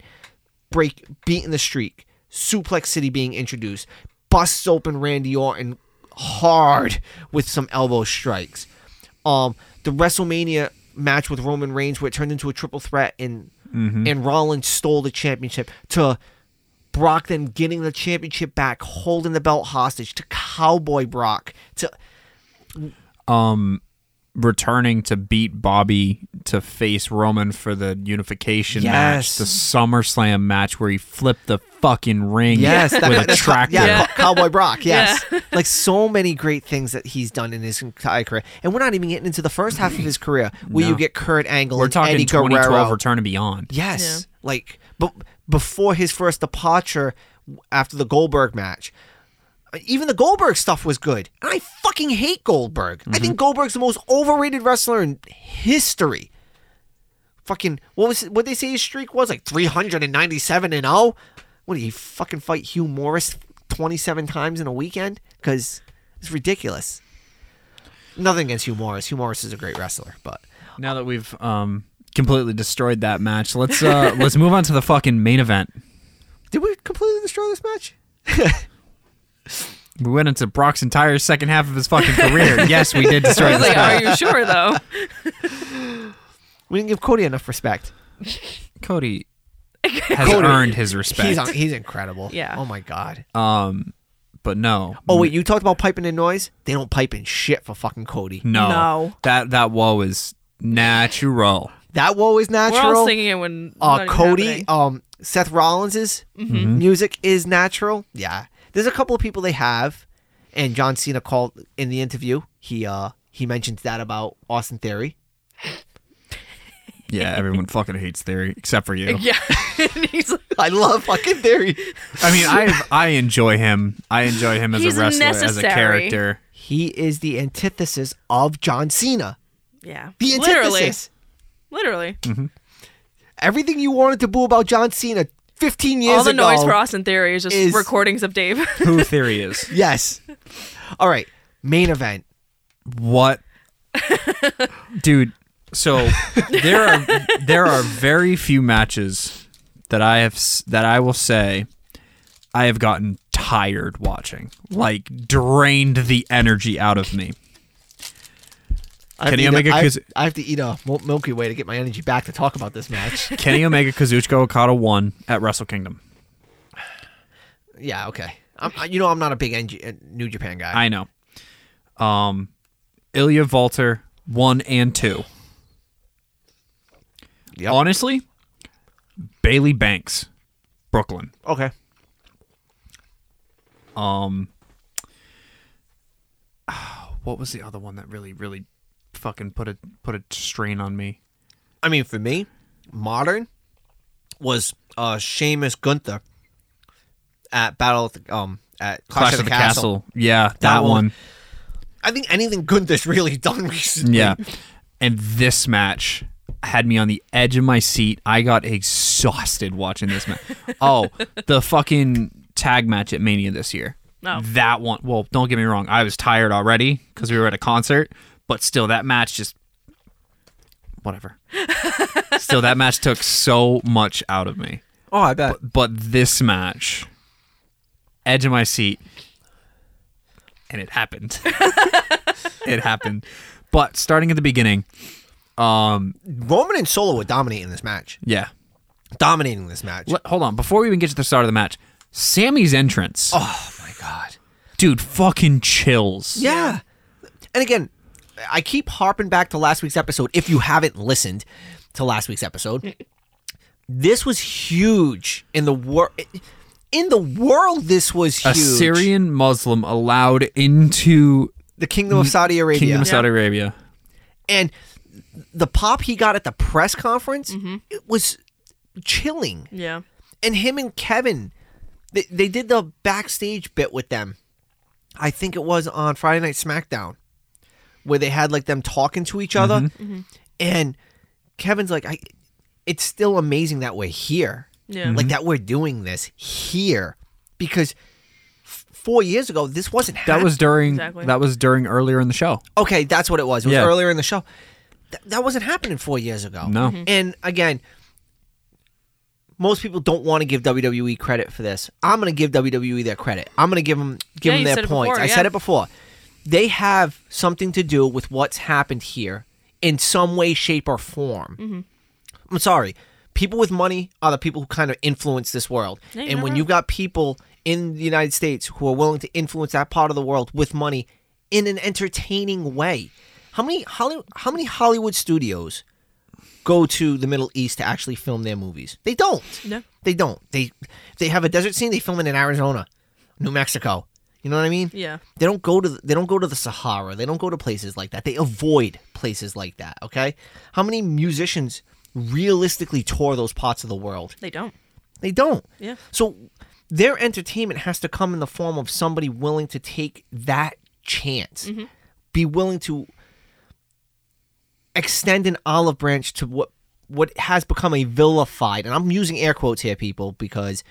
break beating the streak suplex city being introduced busts open randy orton hard with some elbow strikes um the wrestlemania match with roman reigns where it turned into a triple threat and and rollins stole the championship to Brock then getting the championship back, holding the belt hostage to Cowboy Brock. To
returning to beat Bobby to face Roman for the unification match,
Yes.
the SummerSlam match where he flipped the fucking ring with
that-
a
that's-
tractor.
yeah, Co- Cowboy Brock. Yes, like so many great things that he's done in his entire career, and we're not even getting into the first half of his career where you get Kurt Angle
We're
and
talking
Eddie
2012
Guerrero.
Return to Beyond.
Yes, like but before his first departure after the Goldberg match. Even the Goldberg stuff was good. And I fucking hate Goldberg. I think Goldberg's the most overrated wrestler in history. fucking what was what they say his streak was like 397 and 0. What do you fucking fight Hugh Morris 27 times in a weekend? Because it's ridiculous. Nothing against Hugh Morris. Hugh Morris is a great wrestler, but
Now that we've um completely destroyed that match, let's uh let's move on to the fucking main event.
did we completely destroy this match?
We went into Brock's entire second half of his fucking career. yes, we did destroy
I was
this
like,
match.
are you sure though?
We didn't give Cody enough respect.
Cody has
Cody-
earned his respect.
He's on, he's incredible.
Yeah.
Oh my god.
um, but no.
Oh wait, you talked about piping in noise. They don't pipe in shit for fucking Cody.
no,
No.
That that wall is natural.
That woe is
We're
natural.
all singing it when
uh,
not even
Cody,
happening. Mm-hmm.
um, Seth Rollins's
Mm-hmm.
music is natural. Yeah, there's a couple of people they have, and John Cena called in the interview. He uh he mentioned that about Austin Theory.
Yeah, everyone fucking hates theory except for you.
Yeah, and he's like,
I love fucking Theory.
I mean, I I enjoy him. I enjoy him as
He's
a wrestler, as a
necessary.
character.
He is the antithesis of John Cena.
yeah,
The
literally,
antithesis. Mhm.
literally,
Everything you wanted to boo about John Cena 15 years
all the
ago.
noise for Austin Theory is just
is-
recordings of Dave.
Who theory is?
Yes. All right. Main event.
What, dude? So there are there are very few matches that I have s- that I will say I have gotten tired watching, like drained the energy out of me.
I have to
Kenny
eat
Omega,
I-
'cause-
I have to eat a Mil- Milky Way to get my energy back to talk about this match.
Kenny Omega, Kazuchika Okada won at Wrestle Kingdom.
yeah. Okay. I'm, I- you know, I'm not a big NG, uh, New Japan guy.
I know. Um, Ilya Volter one and two.
Yep.
Honestly, Bailey Banks, Brooklyn.
Okay.
Um, what was the other one that really, really fucking put a put a strain on me?
I mean, for me, modern was uh Sheamus Gunther at Battle of the, um at Clash, of, the Castle.
Yeah, that,
That one.
one.
I think anything Gunther's really done recently.
Yeah. And this match had me on the edge of my seat. I got exhausted watching this match. oh, the fucking tag match at Mania this year.
No.
That one. Well, don't get me wrong. I was tired already because we were at a concert, but still, that match just. Whatever. still, that match took so much out of me.
Oh, I bet.
But this match, edge of my seat, and it happened. it happened. But starting at the beginning, um,
Roman and Solo were dominating this match.
yeah.
Dominating this match.
Let- hold on, before we even get to the start of the match, Sammy's entrance,
Oh my god.
dude, fucking chills.
Yeah. And again, I keep harping back to last week's episode. If you haven't listened to last week's episode, this was huge in the world. In the world, this was
A
huge.
Syrian Muslim allowed into
the Kingdom of Saudi Arabia,
Kingdom of Saudi Arabia.
and the pop he got at the press conference,
Mm-hmm.
it was chilling.
yeah,
And him and Kevin, they, they did the backstage bit with them. I think it was on Friday Night SmackDown, where they had like them talking to each other,
Mm-hmm.
and Kevin's like, "I." It's still amazing that we're here,
Mm-hmm.
Yeah.
Like that we're doing this here, because f- four years ago this wasn't.
That was during
Exactly.
that was during earlier in the show.
Okay, that's what it was. It was
Yeah.
earlier in the show. Th- that wasn't happening four years ago.
No.
Mm-hmm.
Mhm.
And again, most people don't want to give WWE credit for this. I'm going to give WWE their credit. I'm going to give them give
Yeah,
them
you
their
said it
points.
before,
I
yeah.
said it before. They have something to do with what's happened here in some way, shape, or form. I'm sorry. People with money are the people who kind of influence this world.
Yeah, you're
and
not
when
wrong.
you've got people in the United States who are willing to influence that part of the world with money in an entertaining way, how many Hollywood, how many Hollywood studios go to the Middle East to actually film their movies? They don't.
No.
They don't. They they have a desert scene. They film it in Arizona, New Mexico. You know what I mean?
Yeah.
They don't go to the, they don't go to the Sahara. They don't go to places like that. They avoid places like that. Okay. How many musicians realistically tour those parts of the world?
they don't.
They don't.
Yeah.
So their entertainment has to come in the form of somebody willing to take that chance,
Mm-hmm.
be willing to extend an olive branch to what what has become a vilified, and I'm using air quotes here, people, because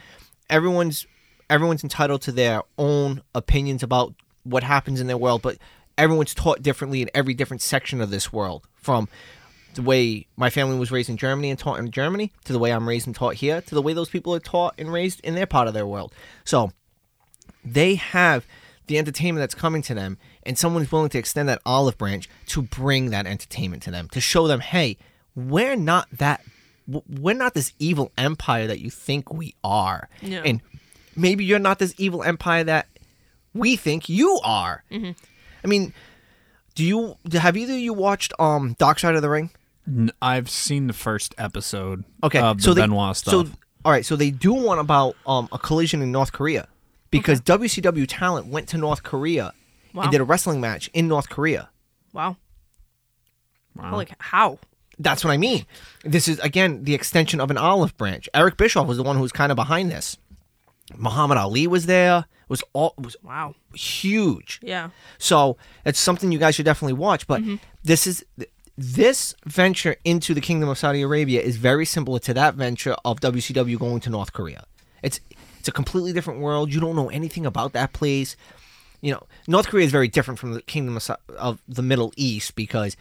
everyone's everyone's entitled to their own opinions about what happens in their world, but everyone's taught differently in every different section of this world. From the way my family was raised in Germany and taught in Germany, to the way I'm raised and taught here, to the way those people are taught and raised in their part of their world. So they have the entertainment that's coming to them and someone's willing to extend that olive branch to bring that entertainment to them to show them hey we're not that w- we're not this evil empire that you think we are
Yeah.
and maybe you're not this evil empire that we think you are i mean do you have either of you watched um dark side of the ring
N- I've seen the first episode
Okay,
of
so
the
they,
Benoit stuff.
So all right, so they do one about um, a collision in North Korea because WCW talent went to North Korea
Wow.
and did a wrestling match in North Korea.
Wow.
Wow.
Like how?
That's what I mean. This is again the extension of an olive branch. Eric Bischoff was the one who was kind of behind this. Muhammad Ali was there. It was all it was
Wow.
huge.
Yeah.
So it's something you guys should definitely watch. But this is this venture into the kingdom of Saudi Arabia is very similar to that venture of WCW going to North Korea. It's it's a completely different world. You don't know anything about that place. You know, North Korea is very different from the kingdom of, Sa- of the Middle East because,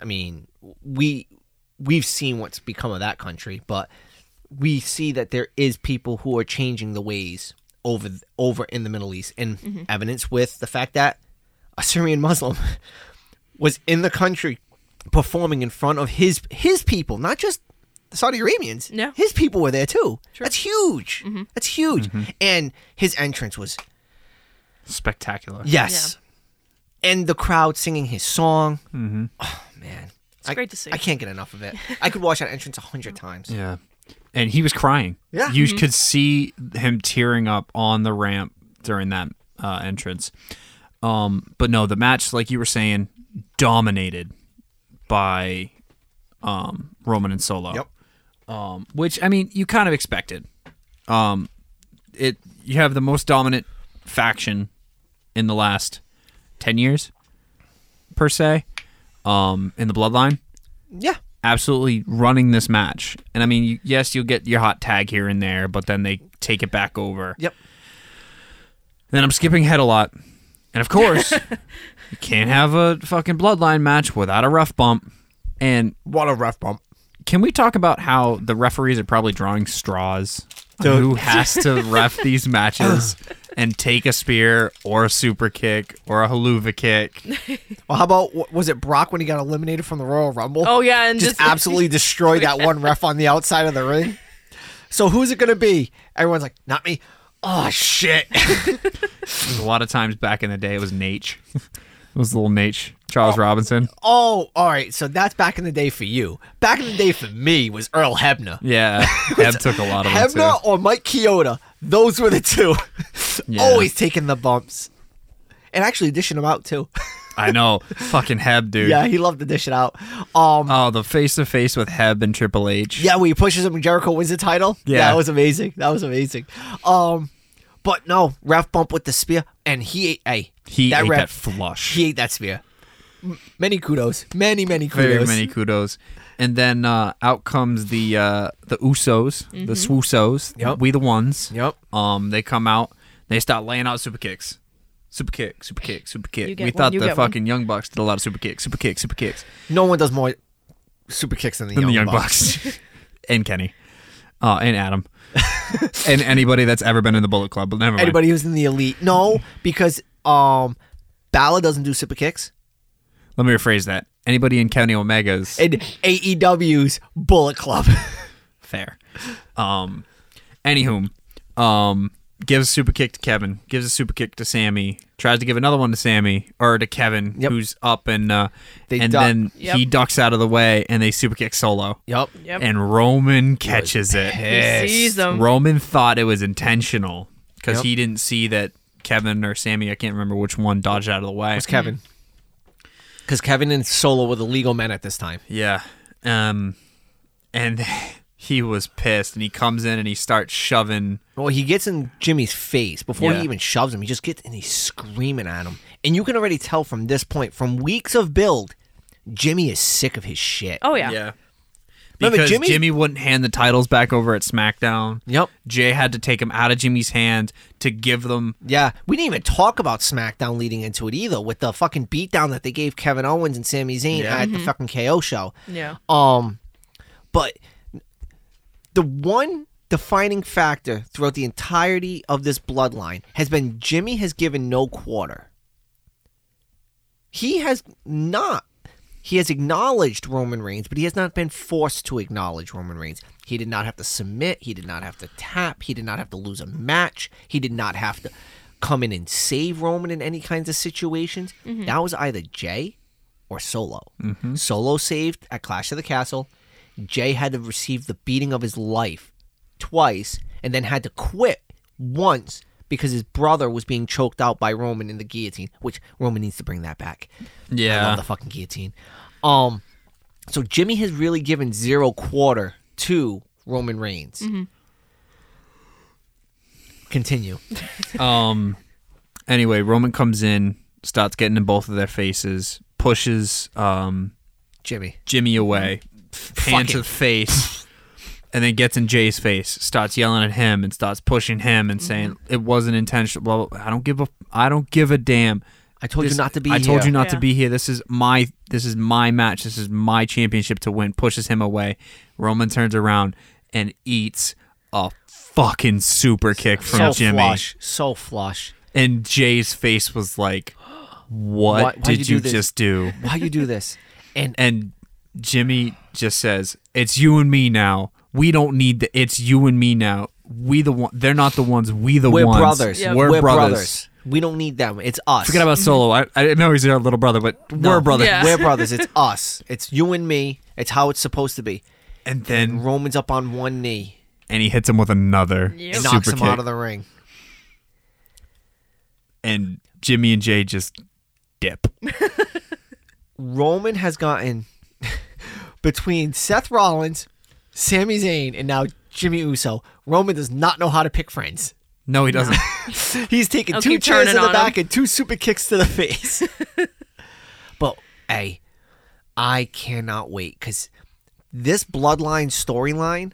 I mean, we we've seen what's become of that country, but we see that there is people who are changing the ways over over in the Middle East, and evidence with the fact that a Syrian Muslim was in the country performing in front of his his people, not just the Saudi Arabians.
Yeah.
his people were there too. That's huge. That's huge. And his entrance was
Spectacular.
yes, and the crowd singing his song. Mm-hmm. Oh man, it's
great to see.
I can't get enough of it. I could watch that entrance a hundred times.
Yeah. And he was crying.
Yeah.
You could see him tearing up on the ramp during that uh, entrance. Um, but no, the match, like you were saying, dominated by um, Roman and Solo.
Yep.
Um, which I mean, you kind of expected. Um, it you have the most dominant faction in the last ten years, per se, um, in the bloodline
Yeah.
absolutely running this match. And I mean, you- yes, you'll get your hot tag here and there, but then they take it back over.
Yep.
And then I'm skipping head a lot. And of course, you can't have a fucking bloodline match without a rough bump. And
What a rough bump.
can we talk about how the referees are probably drawing straws on who has to ref these matches and take a spear or a super kick or a haluva kick?
Well, how about wh- was it Brock when he got eliminated from the Royal Rumble?
Oh, yeah, and
just,
just-
absolutely destroyed that one ref on the outside of the ring. So who's it gonna be? Everyone's like, not me. Oh shit!
There's a lot of times back in the day it was Nate. it was little Nate Charles Robinson.
Oh, all right. So that's back in the day for you. Back in the day for me was Earl Hebner.
Yeah, Heb took a lot of them
Hebner
too.
or Mike Chioda. Those were the two. Always taking the bumps, and actually dishing them out too.
I know, fucking Heb, dude.
yeah, he loved to dish it out. Um,
Oh, the face to face with Heb and Triple H.
Yeah, when he pushes him and Jericho wins the title.
Yeah.
That was amazing. That was amazing. Um but no, ref bump with the spear and he ate a
he
that
ate
ref-
that flush.
he ate that spear. M- Many kudos. Many, many kudos.
Very many kudos. And then uh, out comes the uh, the Usos,
Mm-hmm.
the Swoosos,
Yep.
we the ones.
Yep.
Um, they come out, they start laying out super kicks, super kick, super kick, super
You
kick.
get
We
one,
thought
you
the
get one.
fucking Young Bucks did a lot of super kicks, super kicks, super kicks.
No one does more super kicks than the,
than
young,
the Young
Bucks.
Bucks, and Kenny, uh, and Adam, and anybody that's ever been in the Bullet Club. But never mind.
Anybody who's in the elite. No, because um Bala doesn't do super kicks.
Let me rephrase that. Anybody in Kenny Omega's
And AEW's Bullet Club.
fair. Um, anywho, um, gives a super kick to Kevin. Gives a super kick to Sammy. Tries to give another one to Sammy or to Kevin,
Yep.
who's up and uh,
They
and
duck.
then
Yep.
he ducks out of the way and they super kick Solo.
yep.
Yep.
And Roman catches it.
He sees them.
Roman thought it was intentional because
Yep.
he didn't see that Kevin or Sammy, I can't remember which one, dodged out of the way.
It's Kevin. Because Hmm. Kevin and Solo were the legal men at this time.
Yeah. Um, and he was pissed, and he comes in and he starts shoving.
Well, he gets in Jimmy's face before
Yeah.
he even shoves him. He just gets and he's screaming at him. And you can already tell from
Oh.
this point, from weeks of build, Jimmy is sick of his shit.
Oh yeah.
because
Remember
Jimmy?
Jimmy-
wouldn't hand the titles back over at SmackDown.
Yep.
Jay had to take them out of Jimmy's hand to give them.
Yeah, we didn't even talk about SmackDown leading into it either, with the fucking beatdown that they gave Kevin Owens and Sami Zayn
Yeah. Mm-hmm.
at the fucking KO show.
Yeah.
Um, but the one defining factor throughout the entirety of this bloodline has been Jimmy has given no quarter. He has not. He has acknowledged Roman Reigns, but he has not been forced to acknowledge Roman Reigns. He did not have to submit. He did not have to tap. He did not have to lose a match. He did not have to come in and save Roman in any kinds of situations. That was either Jay or Solo.
Mm-hmm.
Solo saved at Clash of the Castle. Jay had to receive the beating of his life twice and then had to quit once because his brother was being choked out by Roman in the guillotine, which Roman needs to bring that back. I
Yeah.
love the fucking guillotine. Um, so Jimmy has really given zero quarter to Roman Reigns. Continue.
Um. Anyway, Roman comes in, starts getting in both of their faces, pushes um
Jimmy.
Jimmy away, hand to
Fucking-
the face, and then gets in Jay's face, starts yelling at him, and starts pushing him and saying
Mm-hmm.
it wasn't intentional. Blah, blah, blah. I don't give a I don't give a damn.
I told you
This-
not to be
I told
here.
you not to
Yeah.
be here. This is my this is my match. This is my championship to win. Pushes him away. Roman turns around and eats a fucking super kick from
so
Jimmy.
flush. So flush.
And Jay's face was like, "What
Why- why'd
did
you do
you,
this?"
just do?"
Why you do this? And
and Jimmy just says, "It's you and me now. We don't need the. It's you and me now. We the one. They're not the ones. We the
we're
ones.
brothers.
Yep.
We're, brothers.
We don't need them. It's us.
Forget about Solo. I, I know he's our little brother, but
No.
we're brothers.
Yeah.
We're brothers. It's us. It's you and me. It's how it's supposed to be.
And then
Roman's up on one knee
and he hits him with another
Yep.
and
super
knocks him
kick.
out of the ring.
and Jimmy and Jay just dip.
Roman has gotten between Seth Rollins, Sami Zayn, and now Jimmy Uso. Roman does not know how to pick friends.
No, he doesn't.
He's taking
I'll
two
keep
chairs
turning
in the
on
back and two super kicks to the face. but hey, I cannot wait because this bloodline storyline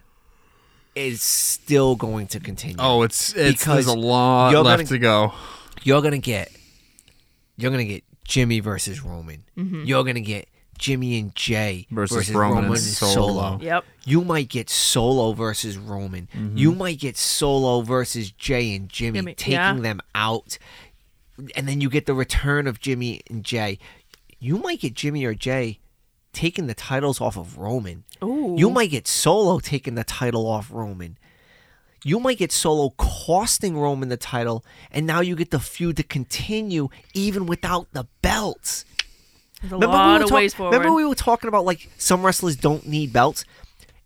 is still going to continue.
Oh, it's it's
Because
there's a lot
you're
left
gonna-
to go.
you're gonna get you're gonna get Jimmy versus Roman.
Mm-hmm.
You're gonna get Jimmy and Jay
Versus Roman and Solo.
Yep.
You might get Solo versus Roman.
Mm-hmm.
You might get Solo versus Jay and Jimmy,
Jimmy,
taking
yeah.
them out, and then you get the return of Jimmy and Jay. You might get Jimmy or Jay taking the titles off of Roman.
Ooh.
You might get Solo taking the title off Roman. You might get Solo costing Roman the title, and now you get the feud to continue even without the belts.
There's a
Remember we
lot
were
of
talk-
ways forward.
Remember we were talking about like some wrestlers don't need belts.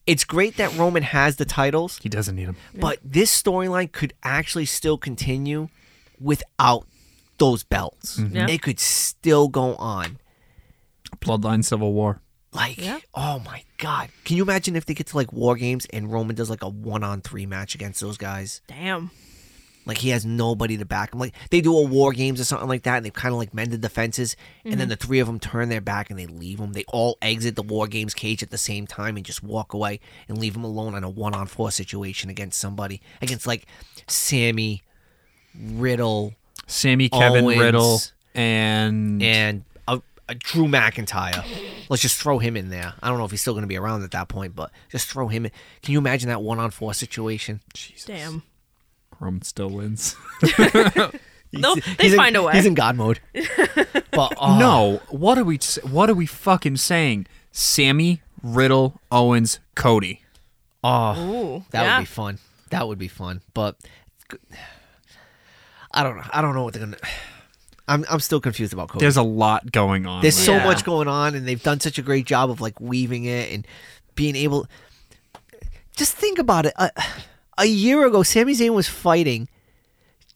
It's great that Roman has the titles,
He doesn't need him.
but this storyline could actually still continue without those belts.
Mm-hmm. Yeah.
It could still go on.
Bloodline Civil War.
Like,
Yeah.
oh my god! Can you imagine if they get to like war games and Roman does like a one-on-three match against those guys?
Damn.
Like he has nobody to back him. Like they do a war games or something like that, and they've kind of like mended the fences, and
Mm-hmm.
then the three of them turn their back and they leave him. They all exit the war games cage at the same time and just walk away and leave him alone on a one on four situation against somebody against like Sammy, Riddle,
Sammy, Kevin,
Owens.
Riddle, and
and a, a Drew McIntyre. Let's just throw him in there. I don't know if he's still going to be around at that point, but just throw him in. Can you imagine that one on four situation?
Damn.
Roman still wins.
They'll-
He's-
they
he's in-
find a way.
He's in God mode. But oh,
No, what are we? What are we fucking saying? Sammy, Riddle, Owens, Cody.
oh.
Ooh.
That
yeah.
would be fun. That would be fun. But I don't know. I don't know what they're gonna. I'm I'm still confused about Cody. There's,
There's a lot going on. right
so
Yeah.
much going on, and they've done such a great job of like weaving it and being able. Just think about it. A, a year ago, Sami Zayn was fighting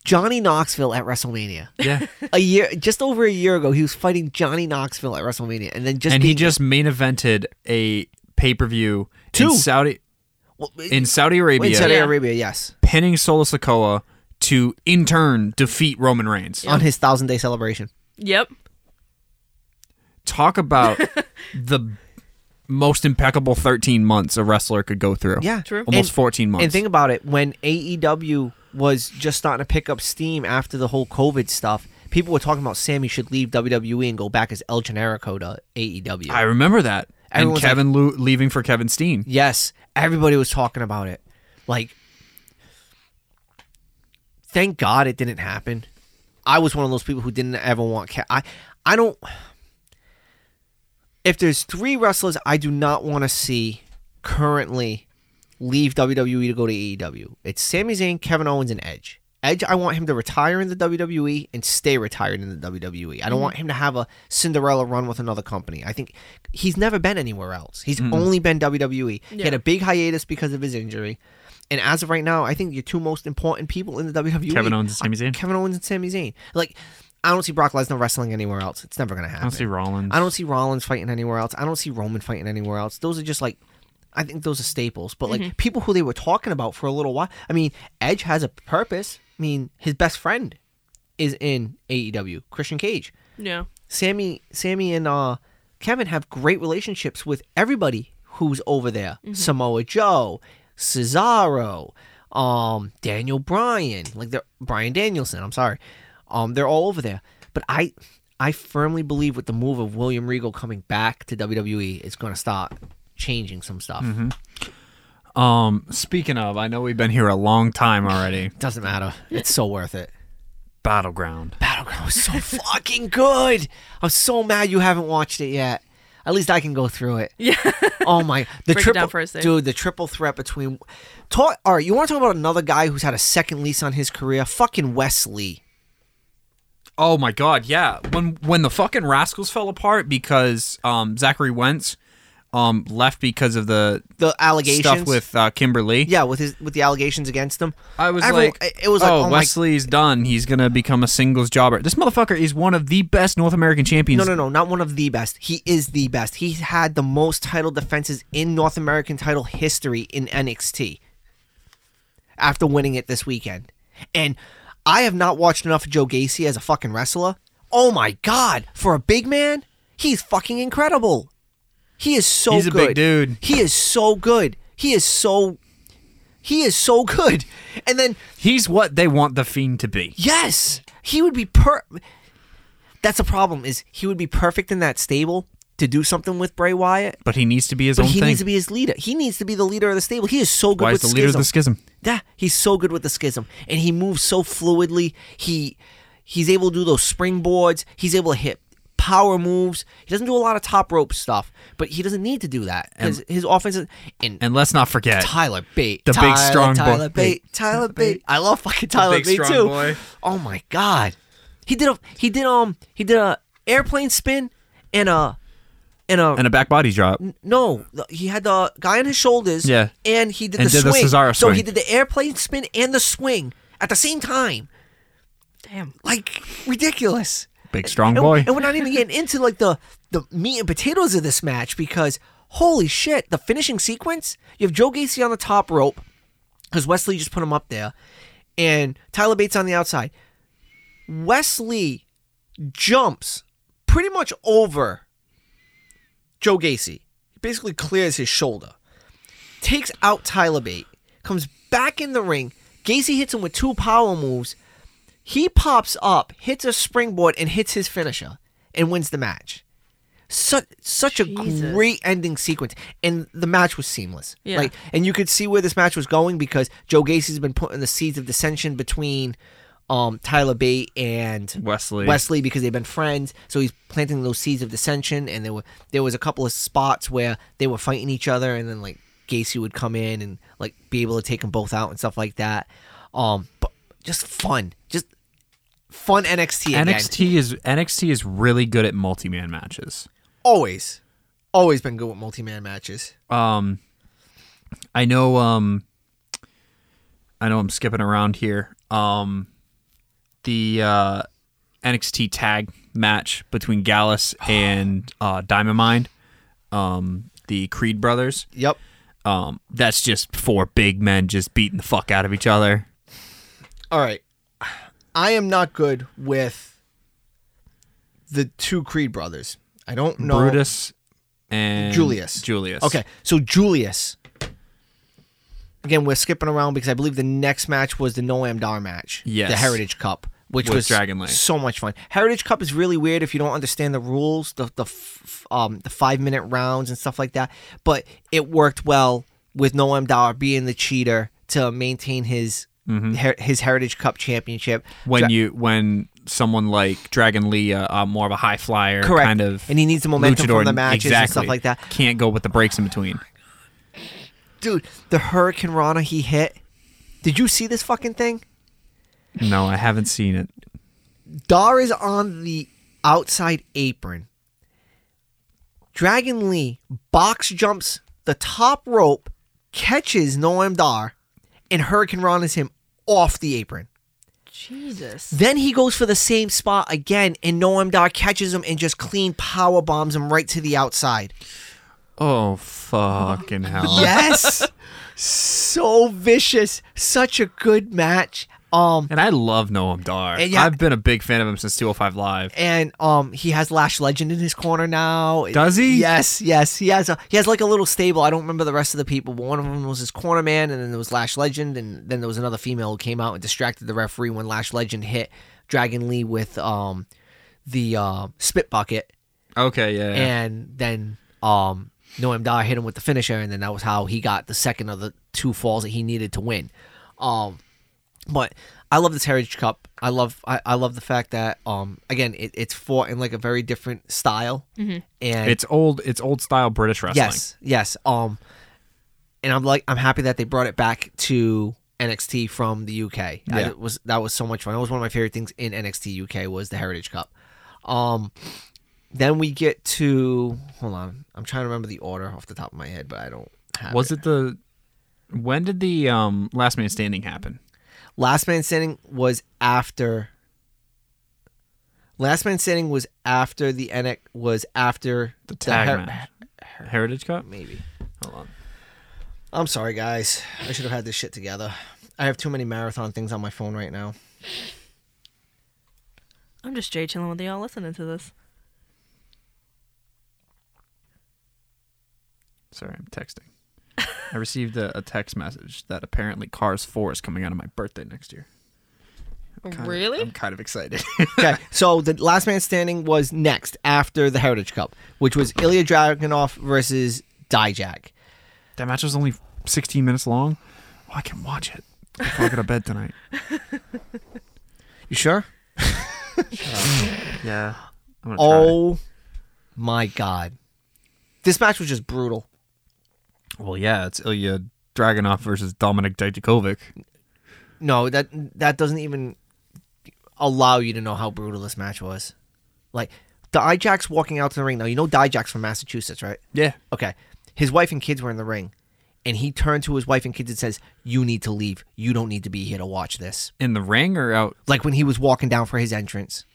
Johnny Knoxville at WrestleMania.
now. yeah,
A year, just over a year ago, he was fighting Johnny Knoxville at WrestleMania, and then just
and he
being,
just main evented a pay per view in
Two.
Saudi
well,
in Saudi Arabia,
in Saudi
Yeah.
Arabia, yes,
pinning Solo Sokoa to in turn defeat Roman Reigns.
on his thousand day celebration.
Yep.
Talk about the most impeccable 13 months a wrestler could go through.
Yeah.
True.
Almost
And-
14 months.
And think about it when AEW was just starting to pick up steam after the whole COVID stuff, people were talking about Sammy should leave WWE and go back as El Generico to E AEW.
I remember that.
Everyone's
and Kevin Lu- leaving for Kevin Steen.
yes, everybody was talking about it. Like, thank God it didn't happen. I was one of those people who didn't ever want. Ke- I, I don't. If there's three wrestlers I do not want to see currently leave WWE to go to AEW, it's Sami Zayn, Kevin Owens, and Edge. Edge, I want him to retire in the WWE and stay retired in the WWE.
Mm-hmm.
I don't want him to have a Cinderella run with another company. I think he's never been anywhere else. He's
Mm-hmm.
only been WWE. He had
Yeah.
a big hiatus because of his injury. And as of right now, I think your two most important people in the WWE
Kevin Owens and Sami Zayn.
Kevin Owens and Sami Zayn. Like, I don't see Brock Lesnar wrestling anywhere else. It's never gonna happen.
I don't see Rollins.
I don't see Rollins fighting anywhere else. I don't see Roman fighting anywhere else. Those are just like, I think those are staples. But like people who they were talking about for a little while. I mean, Edge has a purpose. I mean, his best friend is in AEW. Christian Cage,
Yeah.
Sammy, Sammy, and uh, Kevin have great relationships with everybody who's over there. Samoa Joe, Cesaro, um, Daniel Bryan, like they're Bryan Danielson. I'm sorry, um, they're all over there. But I, I firmly believe with the move of William Regal coming back to WWE, it's going to start changing some stuff.
Um, speaking of, I know we've been here a long time already.
Doesn't matter. It's so worth it.
Battleground.
Battleground was so fucking good. I'm so mad you haven't watched it yet. At least I can go through it.
Yeah.
Oh my! The
Break it
triple
down for us, Dave.
dude, the triple threat between. Talk, all right, you want to talk about another guy who's had a second lease on his career? Fucking Wesley.
Oh my god, yeah. When when the fucking Rascals fell apart because um Zachary Wentz um left because of the
The allegations.
stuff with uh, Kimberly.
yeah, with his with the allegations against him.
I was
Everyone-
like,
it was like,
oh,
oh my-
Wesley's done. He's gonna become a singles jobber. This motherfucker is one of the best North American champions.
No, no, no, not one of the best. He is the best. He's had the most title defenses in North American title history in NXT after winning it this weekend. And I have not watched enough of Joe Gacy as a fucking wrestler. Oh my god, for a big man, he's fucking incredible. He is so
He's a
good.
big dude.
He is so good. He is so he is so good. And then
He's what they want the fiend to be.
Yes, he would be per. That's the problem is he would be perfect in that stable to do something with Bray Wyatt,
But he needs to be his
but
own
he
thing.
needs to be his leader. He needs to be the leader of the stable. He is so good
Why is
with
the leader of the schism?
yeah, he's so good with the schism, and he moves so fluidly. He he's able to do those springboards. He's able to hit power moves. He doesn't do a lot of top rope stuff, but he doesn't need to do that because his offense is, and
And let's not forget
Tyler Bate.
The big
Tyler,
strong boy.
Tyler Bate. Tyler Bate. I love fucking Tyler
big
Bate
strong
too.
boy.
Oh my god. He did a he did um he did a airplane spin and a and a
and a back body drop.
no, he had the guy on his shoulders.
Yeah.
and he did
And
the
did the
swing.
Cesaro
So he
swing.
did the airplane spin and the swing at the same time.
Damn.
Like ridiculous.
Big strong
And,
boy.
and we're not even getting into like the the meat and potatoes of this match because holy shit, the finishing sequence. You have Joe Gacy on the top rope because Wesley just put him up there, and Tyler Bates on the outside. Wesley jumps pretty much over Joe Gacy. He basically clears his shoulder, takes out Tyler Bate, comes back in the ring. Gacy hits him with two power moves. He pops up, hits a springboard, and hits his finisher, and wins the match. Such such a
Jesus.
great ending sequence, and the match was seamless.
Yeah.
Like, and you could see where this match was going because Joe Gacy's been putting the seeds of dissension between um, Tyler Bate and
Wesley.
Wesley because they've been friends. So he's planting those seeds of dissension, and there were there was a couple of spots where they were fighting each other, and then like Gacy would come in and like be able to take them both out and stuff like that. Um, but just fun, just fun NXT again.
NXT is NXT is really good at multi man matches.
Always, always been good with multi man matches.
Um, I know. Um, I know I'm skipping around here. Um, the uh, NXT tag match between Gallus and uh, Diamond Mine, um, the Creed brothers.
Yep.
Um, that's just four big men just beating the fuck out of each other.
All right. I am not good with the two Creed brothers. I don't know.
Brutus and
Julius.
Julius.
Okay, so Julius. Again, we're skipping around because I believe the next match was the Noam Dar match.
Yes.
The Heritage Cup, which
With
was
Dragon Lane.
so much fun. Heritage Cup is really weird if you don't understand the rules, the the f- um the 5-minute rounds and stuff like that, but it worked well with Noam Dar being the cheater to maintain his her- his Heritage Cup championship.
Mm-hmm. When
Dra-
you when someone like Dragon Lee, uh, uh, more of a high flyer,
Correct.
kind of,
And he needs the momentum
luchador,
from the matches and
exactly,
stuff like that.
Can't go with the breaks in between.
Dude, the Hurricane Rana he hit. Did you see this fucking thing?
No, I haven't seen it.
Dar is on the outside apron. Dragon Lee box jumps the top rope, catches Noam Dar, and Hurricane Ron is him off the apron.
Jesus.
Then he goes for the same spot again, and Noam Dar catches him and just clean power bombs him right to the outside.
Oh fucking hell!
Yes, so vicious. Such a good match. Um,
And I love Noam Dar.
And yeah-
I've been a big fan of him since 205 Live.
and um he has Lash Legend in his corner now.
Does he?
Yes, yes. He has a he has like a little stable. I don't remember the rest of the people, but one of them was his corner man, and then there was Lash Legend, and then there was another female who came out and distracted the referee when Lash Legend hit Dragon Lee with um the uh, spit bucket,
Okay, yeah. yeah.
and then um Noam Dar hit him with the finisher, and then that was how he got the second of the two falls that he needed to win. Um, but I love this Heritage Cup. I love I, I love the fact that um again it, it's fought in like a very different style, and
it's old. It's old style British wrestling.
Yes, yes. Um, and I'm like, I'm happy that they brought it back to NXT from the UK. I-
Yeah.
it was that was so much fun. That was one of my favorite things in NXT UK was the Heritage Cup. Um, then we get to hold on, I'm trying to remember the order off the top of my head, but I don't. Have
Was it the? When did the um, Last Man Standing happen?
Last Man Standing was after. Last Man Standing was after the NX was after
The tag
Her-
match. Heritage Cup.
maybe.
Hold on.
I'm sorry, guys. I should have had this shit together. I have too many marathon things on my phone right now.
I'm just straight chilling with y'all listening to this.
Sorry, I'm texting. I received a, a text message that apparently Cars 4 is coming out on my birthday next year. I'm kind of- I'm kind of excited.
Okay, so the last man standing was next after the Heritage Cup, which was Ilya Dragunov versus Dijak.
that match was only 16 minutes long. Oh, I can watch it before I go to bed tonight.
You sure?
Yeah. I'm gonna try.
Oh my god. This match was just brutal.
Well, yeah, it's Ilya Dragunov versus Dominic Dijakovic.
No, that that doesn't even allow you to know how brutal this match was. Like Dijak's walking out to the ring now. You know Dijak's from Massachusetts, right?
Yeah.
Okay. His wife and kids were in the ring. And he turned to his wife and kids and says, You need to leave. You don't need to be here to watch this.
In the ring or out?
Like when he was walking down for his entrance.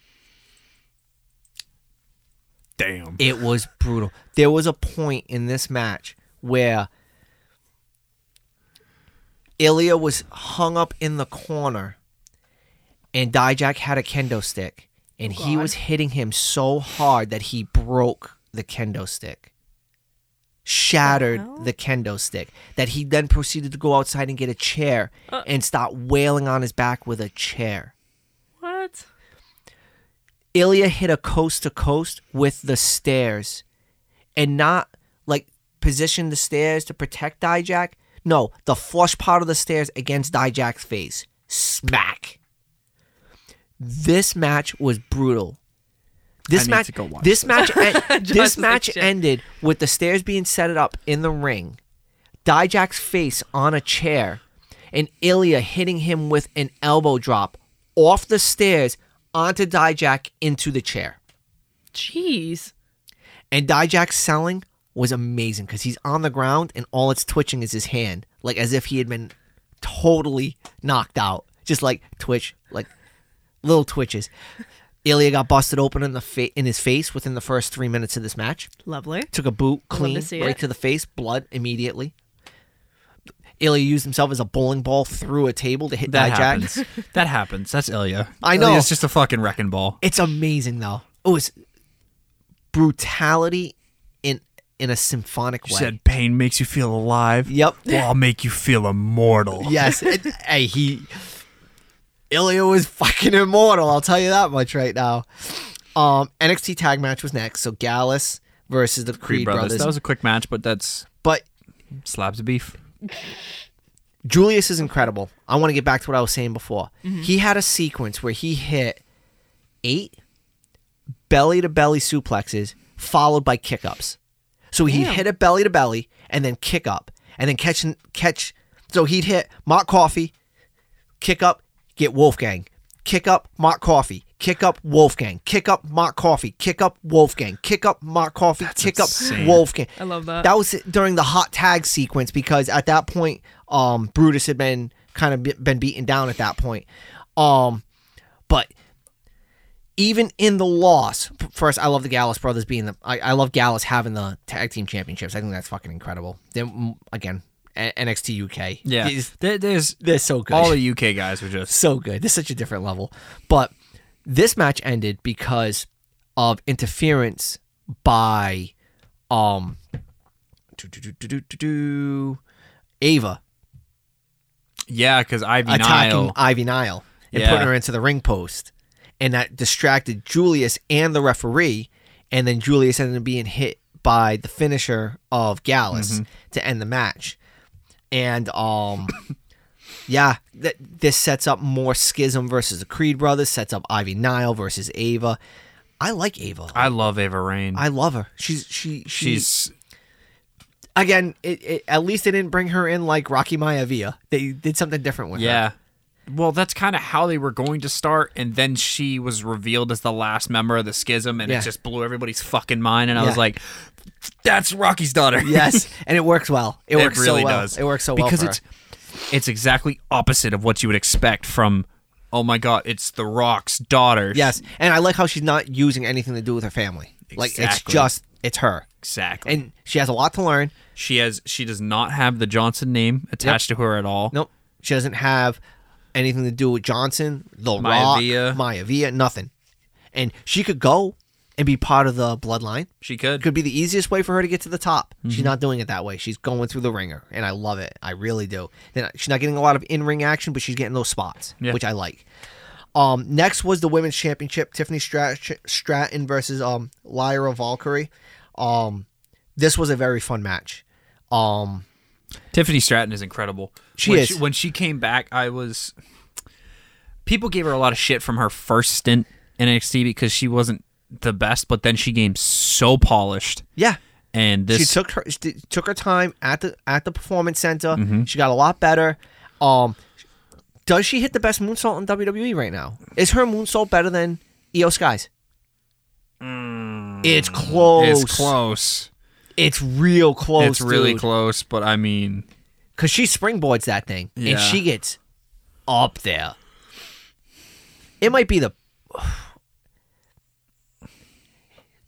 Damn.
It was brutal. There was a point in this match where Ilya was hung up in the corner and Dijak had a kendo stick. And he was hitting him so hard that he broke the kendo stick. Shattered
hell?
the kendo stick. That he then proceeded to go outside and get a chair and start wailing on his back with a chair.
What?
Ilya hit a coast to coast with the stairs and not like position the stairs to protect Dijak. No, the flush part of the stairs against Dijak's face. Smack. This match was brutal. This
need
match
to go watch
this match en- this
John's like,
match
"Shit."
ended with the stairs being set up in the ring. Dijak's face on a chair and Ilya hitting him with an elbow drop off the stairs onto Dijak into the chair.
Jeez.
And Dijak's selling was amazing because he's on the ground and all it's twitching is his hand, like as if he had been totally knocked out. Just like twitch, like little twitches. Ilya got busted open in the fa- in his face within the first three minutes of this match.
Lovely.
Took a boot, clean,
see
right
it.
to the face, blood immediately. Ilya used himself as a bowling ball through a table to hit
That
Dijak.
happens. that happens. That's Ilya.
I know.
It's just a fucking wrecking ball.
It's amazing though. Oh, it's brutality in in a symphonic
You
way.
said pain makes you feel alive.
Yep.
Well, I'll make you feel immortal.
yes. it- hey, he Ilya was fucking immortal. I'll tell you that much right now. Um, NXT tag match was next. So Gallus versus the Creed,
Creed
brothers.
brothers. That was a quick match, but that's
but
slabs of beef.
Julius is incredible. I want to get back to what I was saying before. He had a sequence where he hit eight belly to belly suplexes followed by kick ups. So he'd hit a belly to belly and then kick up and then catch catch. So he'd hit Mark Coffee, kick up, get Wolfgang, kick up Mark Coffee, kick up Wolfgang, kick up Mark Coffee, kick up Wolfgang, kick up Mark Coffee, kick
insane.
up Wolfgang.
I love that.
That was during the hot tag sequence because at that point, um, Brutus had been kind of be- been beaten down at that point. Um, but even in the loss, f- first I love the Gallus brothers being the. I, I love Gallus having the tag team championships. I think that's fucking incredible. Then mm, again, N- NXT UK.
Yeah.
is-
There- there's
they're so good.
all the UK guys were just
so good. This is such a different level. But this match ended because of interference by um do, do, do, do, do, do, do, Ava
yeah, because Ivy
attacking
Nile.
Ivy Nile and
Yeah.
putting her into the ring post. And that distracted Julius and the referee. And then Julius ended up being hit by the finisher of Gallus
Mm-hmm.
to end the match. And um yeah, th- this sets up more schism versus the Creed brothers, sets up Ivy Nile versus Ava. I like Ava. I,
I love Ava Rain.
love her. She's she, she
She's
again. It, it, at least they didn't bring her in like Rocky Maivia. They did something different with her.
yeah. Well, that's kind of how they were going to start, and then she was revealed as the last member of the schism, and
Yeah.
it just blew everybody's fucking mind. And I was
Yeah.
like, "That's Rocky's daughter."
Yes, and it works well. It,
it
works
really
so well.
does.
It works so
because
well
it's it's exactly opposite of what you would expect from. Oh my God! It's the Rock's daughter.
yes, and I like how she's not using anything to do with her family. Like it's
Exactly.
just it's her,
exactly.
and she has a lot to learn.
She has she does not have the Johnson name attached to her at all.
Nope, she doesn't have anything to do with Johnson, The
Maivia.
Rock, Maivia, nothing. And she could go and be part of the bloodline.
She could.
Could be the easiest way for her to get to the top. She's not doing it that way. She's going through the ringer, and I love it. I really do. Then uh, she's not getting a lot of in-ring action, but she's getting those spots,
Yeah.
which I like. Um, next was the women's championship: Tiffany Strat- Stratton versus um Lyra Valkyrie. Um, this was a very fun match. Um,
Tiffany Stratton is incredible.
She
when
is.
She, when she came back, I was people gave her a lot of shit from her first stint in NXT because she wasn't the best, but then she came so polished.
yeah,
And this
she took her she did- took her time at the at the performance center.
Mm-hmm.
She got a lot better. Um, does she hit the best moonsault in WWE right now? Is her moonsault better than Io Sky's? it's close.
is close.
It's real close.
it's really
dude.
close, but I mean,
Cause she springboards that thing
Yeah.
and she gets up there. It might be the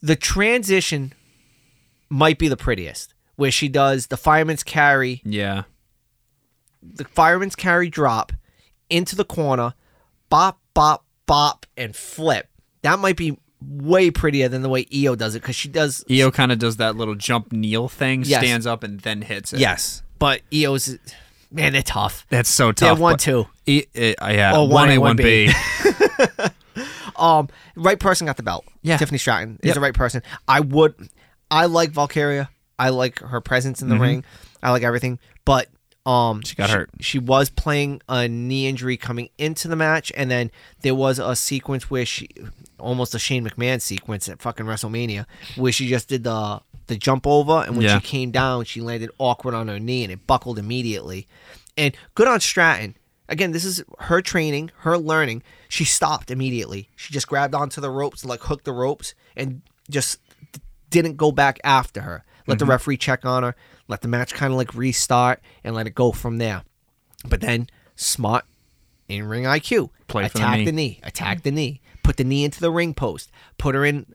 the transition might be the prettiest where she does the fireman's carry,
yeah.
the fireman's carry drop into the corner, bop bop bop and flip. That might be way prettier than the way Io does it cuz she does
Io kind of does that little jump kneel thing,
Yes.
stands up and then hits it.
yes, but Io's man, they're tough.
That's so
They're
tough.
one
but-
two.
E- e- yeah,
Oh, one A,
1A,
one
1B.
Um, right person got the belt.
Yeah.
Tiffany Stratton is
Yep.
the right person. I would, I like Valkyria. I like her presence in the ring. I like everything, but um, she
Mm-hmm. got hurt.
She was playing a knee injury coming into the match, and then there was a sequence where she, almost a Shane McMahon sequence at fucking WrestleMania, where she just did the the jump over, and when
Yeah.
she came down, she landed awkward on her knee, and it buckled immediately. And good on Stratton. Again, this is her training, her learning. She stopped immediately. She just grabbed onto the ropes, like hooked the ropes, and just d- didn't go back after her. Let the referee check on her. Let the match kind of like restart and let it go from there. But then smart in ring IQ.
Play for the
attack
knee.
the knee. Attack the knee. Put the knee into the ring post. Put her in.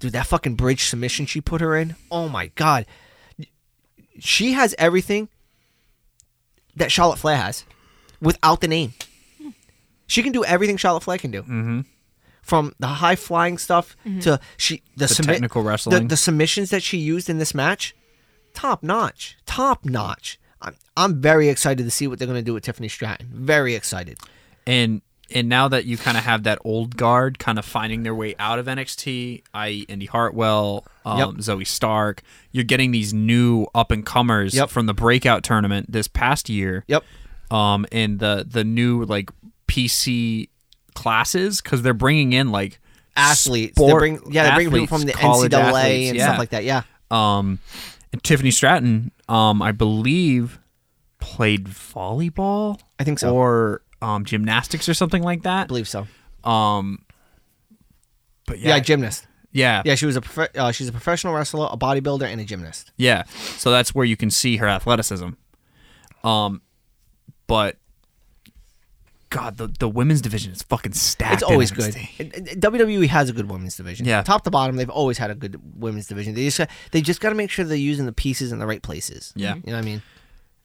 Dude, that fucking bridge submission she put her in. Oh my god. She has everything that Charlotte Flair has without the name. She can do everything Charlotte Flair can do. Mm-hmm. From the high flying stuff to she the, submi-
technical wrestling.
the, the submissions that she used in this match top notch, top notch. I'm I'm very excited to see what they're gonna do with Tiffany Stratton. Very excited.
and and now that you kind of have that old guard kind of finding their way out of NXT, i.e., e, Indy Hartwell, um, Zoe Stark, you're getting these new up and comers
Yep.
from the breakout tournament this past year.
Yep.
Um, and the the new like PC classes because they're bringing in like
Athletes,
sport
they bring yeah, they bring people from
athletes,
the
college
NCAA
athletes,
and
yeah.
stuff like that. Yeah,
Um, and Tiffany Stratton, um, I believe, played volleyball.
I think so.
Or um, gymnastics or something
I
like that.
believe so.
Um, but
Yeah,
yeah,
gymnast.
yeah,
Yeah, she was a prof- uh, she's a professional wrestler, a bodybuilder, and a gymnast.
yeah. So that's where you can see her athleticism. Um, but God, the the women's division is fucking stacked.
It's always
in
good.
NXT.
And- and WWE has a good women's division.
Yeah.
top to bottom, they've always had a good women's division. They just they just got to make sure they're using the pieces in the right places.
Yeah.
you know what I mean.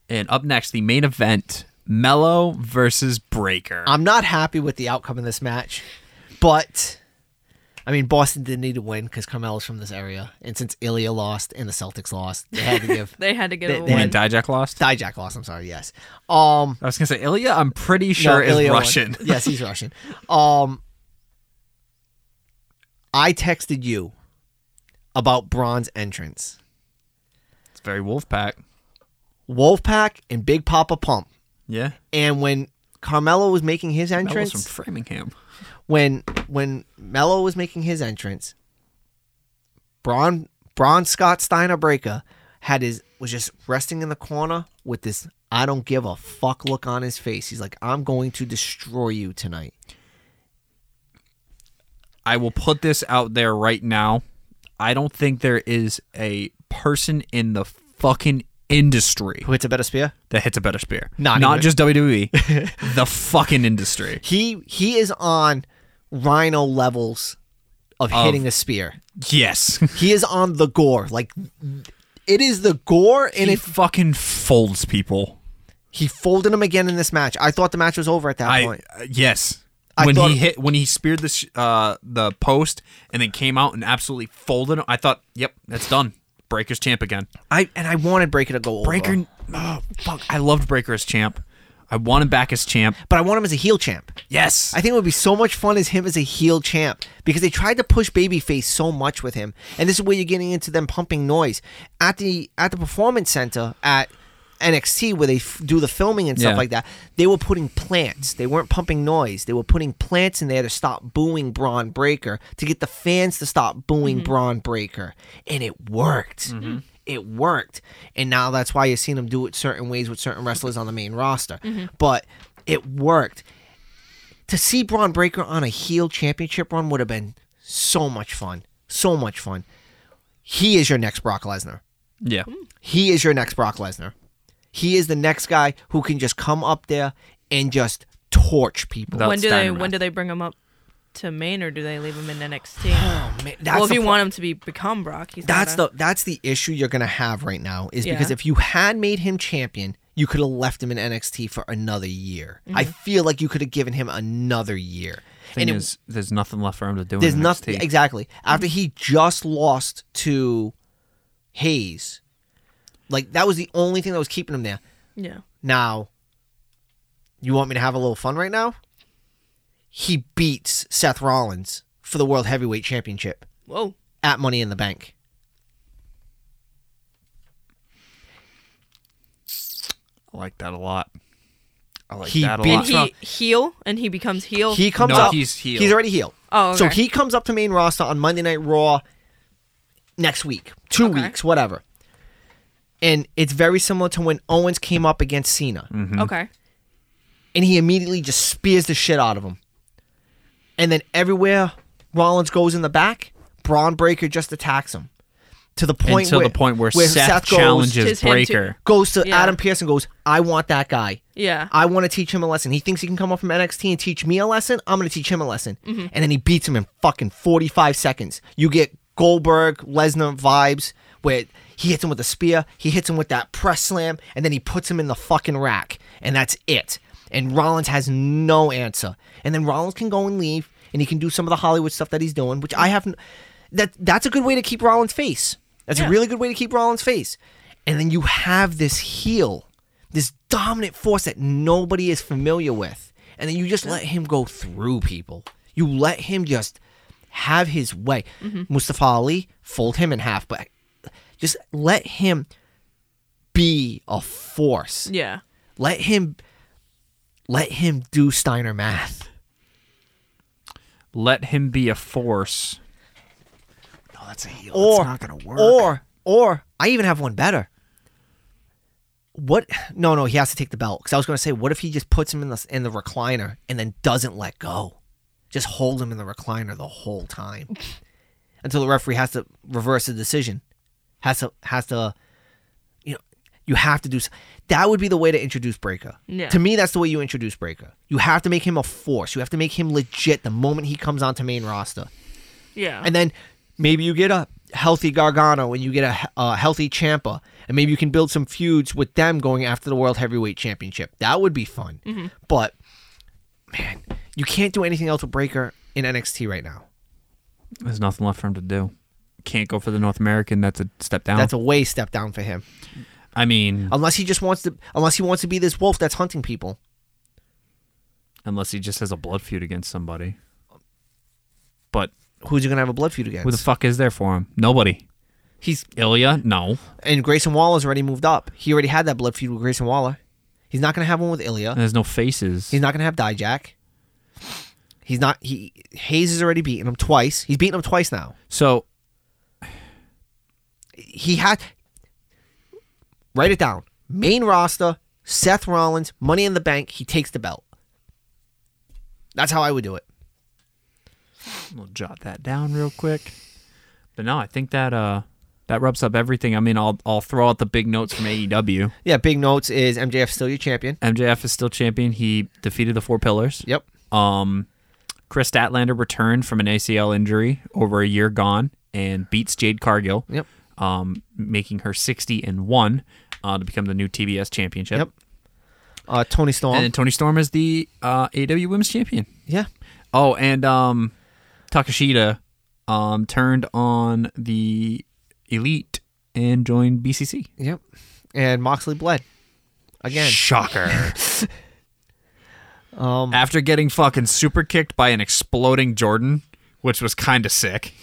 And up next, the main event: Mello versus Breaker.
I'm not happy with the outcome of this match, but I mean Boston did need to win because Carmelo's from this area, and since Ilya lost and the Celtics lost, they had to give
They had to get
They-
a
they
You mean
win.
Dijak lost.
Dijak lost. I'm sorry. Yes. Um.
I was gonna say Ilya. I'm pretty sure
no,
is
Ilya won.
Russian.
yes, he's Russian. Um. I texted you about Braun's entrance.
It's very Wolfpack.
Wolfpack and Big Papa Pump.
Yeah.
And when Carmelo was making his
That was
entrance,
from Framingham.
when when Mello was making his entrance, Braun Braun Scott Steiner Breaker had his was just resting in the corner with this I don't give a fuck look on his face. He's like, I'm going to destroy you tonight.
I will put this out there right now. I don't think there is a person in the fucking industry
Who hits a better spear?
that hits a better spear.
Not
Not
even-
just WWE. the fucking industry.
He he is on Rhino levels of hitting a spear.
Yes.
He is on the gore. Like it is the gore and
he
if
fucking folds people.
he folded him again in this match. I thought the match was over at that
I
point.
uh, yes.
I
when
thought-
he hit when he speared the sh- uh the post and then came out and absolutely folded him, I thought, "Yep, that's done. Breaker's champ again."
I and I wanted Breaker to go over.
Breaker Oh, fuck. I loved Breaker as champ. I want him back as champ.
but I want him as a heel champ.
Yes.
I think it would be so much fun as him as a heel champ because they tried to push babyface so much with him, and this is where you're getting into them pumping noise at the at the performance center at NXT where they f- do the filming and stuff
Yeah.
like that. They were putting plants. They weren't pumping noise. They were putting plants in there to stop booing Braun Breaker to get the fans to stop booing Braun Breaker, and it worked. It worked, and now that's why you've seen him do it certain ways with certain wrestlers on the main roster. But it worked to see Braun Breaker on a heel championship run would have been so much fun. So much fun. He is your next Brock Lesnar.
yeah.
Hmm. He is your next Brock Lesnar. He is the next guy who can just come up there and just torch people.
That's
when do they
Dynamite.
when do they bring him up to Maine or do they leave him in NXT?
Oh, man, that's
well, if
the
you
pro-
want him to be become Brock, he's
that's
gotta-
the that's the issue you're gonna have right now is because
Yeah.
if you had made him champion, you could have left him in NXT for another year. I
Mm-hmm.
feel like you could have given him another year.
Thing
it-
is, there's nothing left for him to do.
There's
in
nothing
NXT.
exactly after he just lost to Hayes. Like that was the only thing that was keeping him there.
yeah.
Now, you want me to have a little fun right now? He beats Seth Rollins for the World Heavyweight Championship
Whoa,
at Money in the Bank.
I like that a lot. I like
He
that a
beat-
lot.
and he heel and he becomes heel.
He comes
No,
up.
he's heel.
He's already heel.
Oh,
so
okay.
he comes up to main roster on Monday Night Raw next week, two
Okay.
weeks, whatever. And it's very similar to when Owens came up against Cena.
okay,
and he immediately just spears the shit out of him. And then everywhere Rollins goes in the back, Braun Breaker just attacks him to the point
Until
where,
the point where, Seth,
goes-
challenges
Just him to-
Breaker.
goes to
Yeah.
Adam Pearce and goes, "I want that guy.
yeah.
I want to teach him a lesson. He thinks he can come up from NXT and teach me a lesson. I'm going to teach him a lesson."
Mm-hmm.
And then he beats him in fucking 45 seconds. You get Goldberg Lesnar vibes where he hits him with a spear, he hits him with that press slam, and then he puts him in the fucking rack, and that's it. And Rollins has no answer. And then Rollins can go and leave, and he can do some of the Hollywood stuff that he's doing, which I haven't. That that's a good way to keep Rollins face. That's a
Yeah.
really good way to keep Rollins face. And then you have this heel, this dominant force that nobody is familiar with. And then you just let him go through people. You let him just have his way. Mustafa Ali, fold him in half, but just let him be a force.
Yeah.
Let him let him do Steiner math.
Let him be a force.
No, that's a heel.
or
it's not gonna work.
Or or I even have one better. What? No, no, he has to take the belt. Because I was going to say, what if he just puts him in the in the recliner and then doesn't let go, just hold him in the recliner the whole time until the referee has to reverse the decision, has to has to, you know, you have to do. s- That would be the way to introduce Breaker.
Yeah.
To me, that's the way you introduce Breaker. You have to make him a force. You have to make him legit the moment he comes onto main roster.
Yeah.
And then maybe you get a healthy Gargano and you get a, a healthy Champa, and maybe you can build some feuds with them going after the World Heavyweight Championship. That would be fun. But man, you can't do anything else with Breaker in NXT right now.
There's nothing left for him to do. Can't go for the North American. That's a step down.
That's a way step down for him.
I mean,
Unless he just wants to, unless he wants to be this wolf that's hunting people.
unless he just has a blood feud against somebody. But
Who's he gonna have a blood feud against?
who the fuck is there for him? Nobody. He's Ilya. No.
and Grayson Waller's already moved up. He already had that blood feud with Grayson Waller. He's not gonna have one with Ilya.
And there's no faces.
He's not gonna have Dijak. He's not. He Hayes has already beaten him twice. He's beaten him twice now.
so
He had. Write it down. Main roster: Seth Rollins, Money in the Bank. He takes the belt. That's how I would do it.
we'll jot that down real quick. But no, I think that uh that wraps up everything. I mean, I'll I'll throw out the big notes from E AEW.
Yeah. Big notes is MJF still your champion.
MJF is still champion. He defeated the Four Pillars.
Yep.
Um, Chris Statlander returned from an ACL injury over a year gone and beats Jade Cargill.
Yep.
Um, making her 60 and 1 uh, to become the new TBS championship.
Yep. Uh, Tony Storm.
And then Tony Storm is the uh, AW Women's Champion.
yeah.
Oh, and um, Takashita um, turned on the Elite and joined BCC.
Yep. And Moxley bled. Again.
Shocker.
Um.
After getting fucking super kicked by an exploding Jordan, which was kind of sick.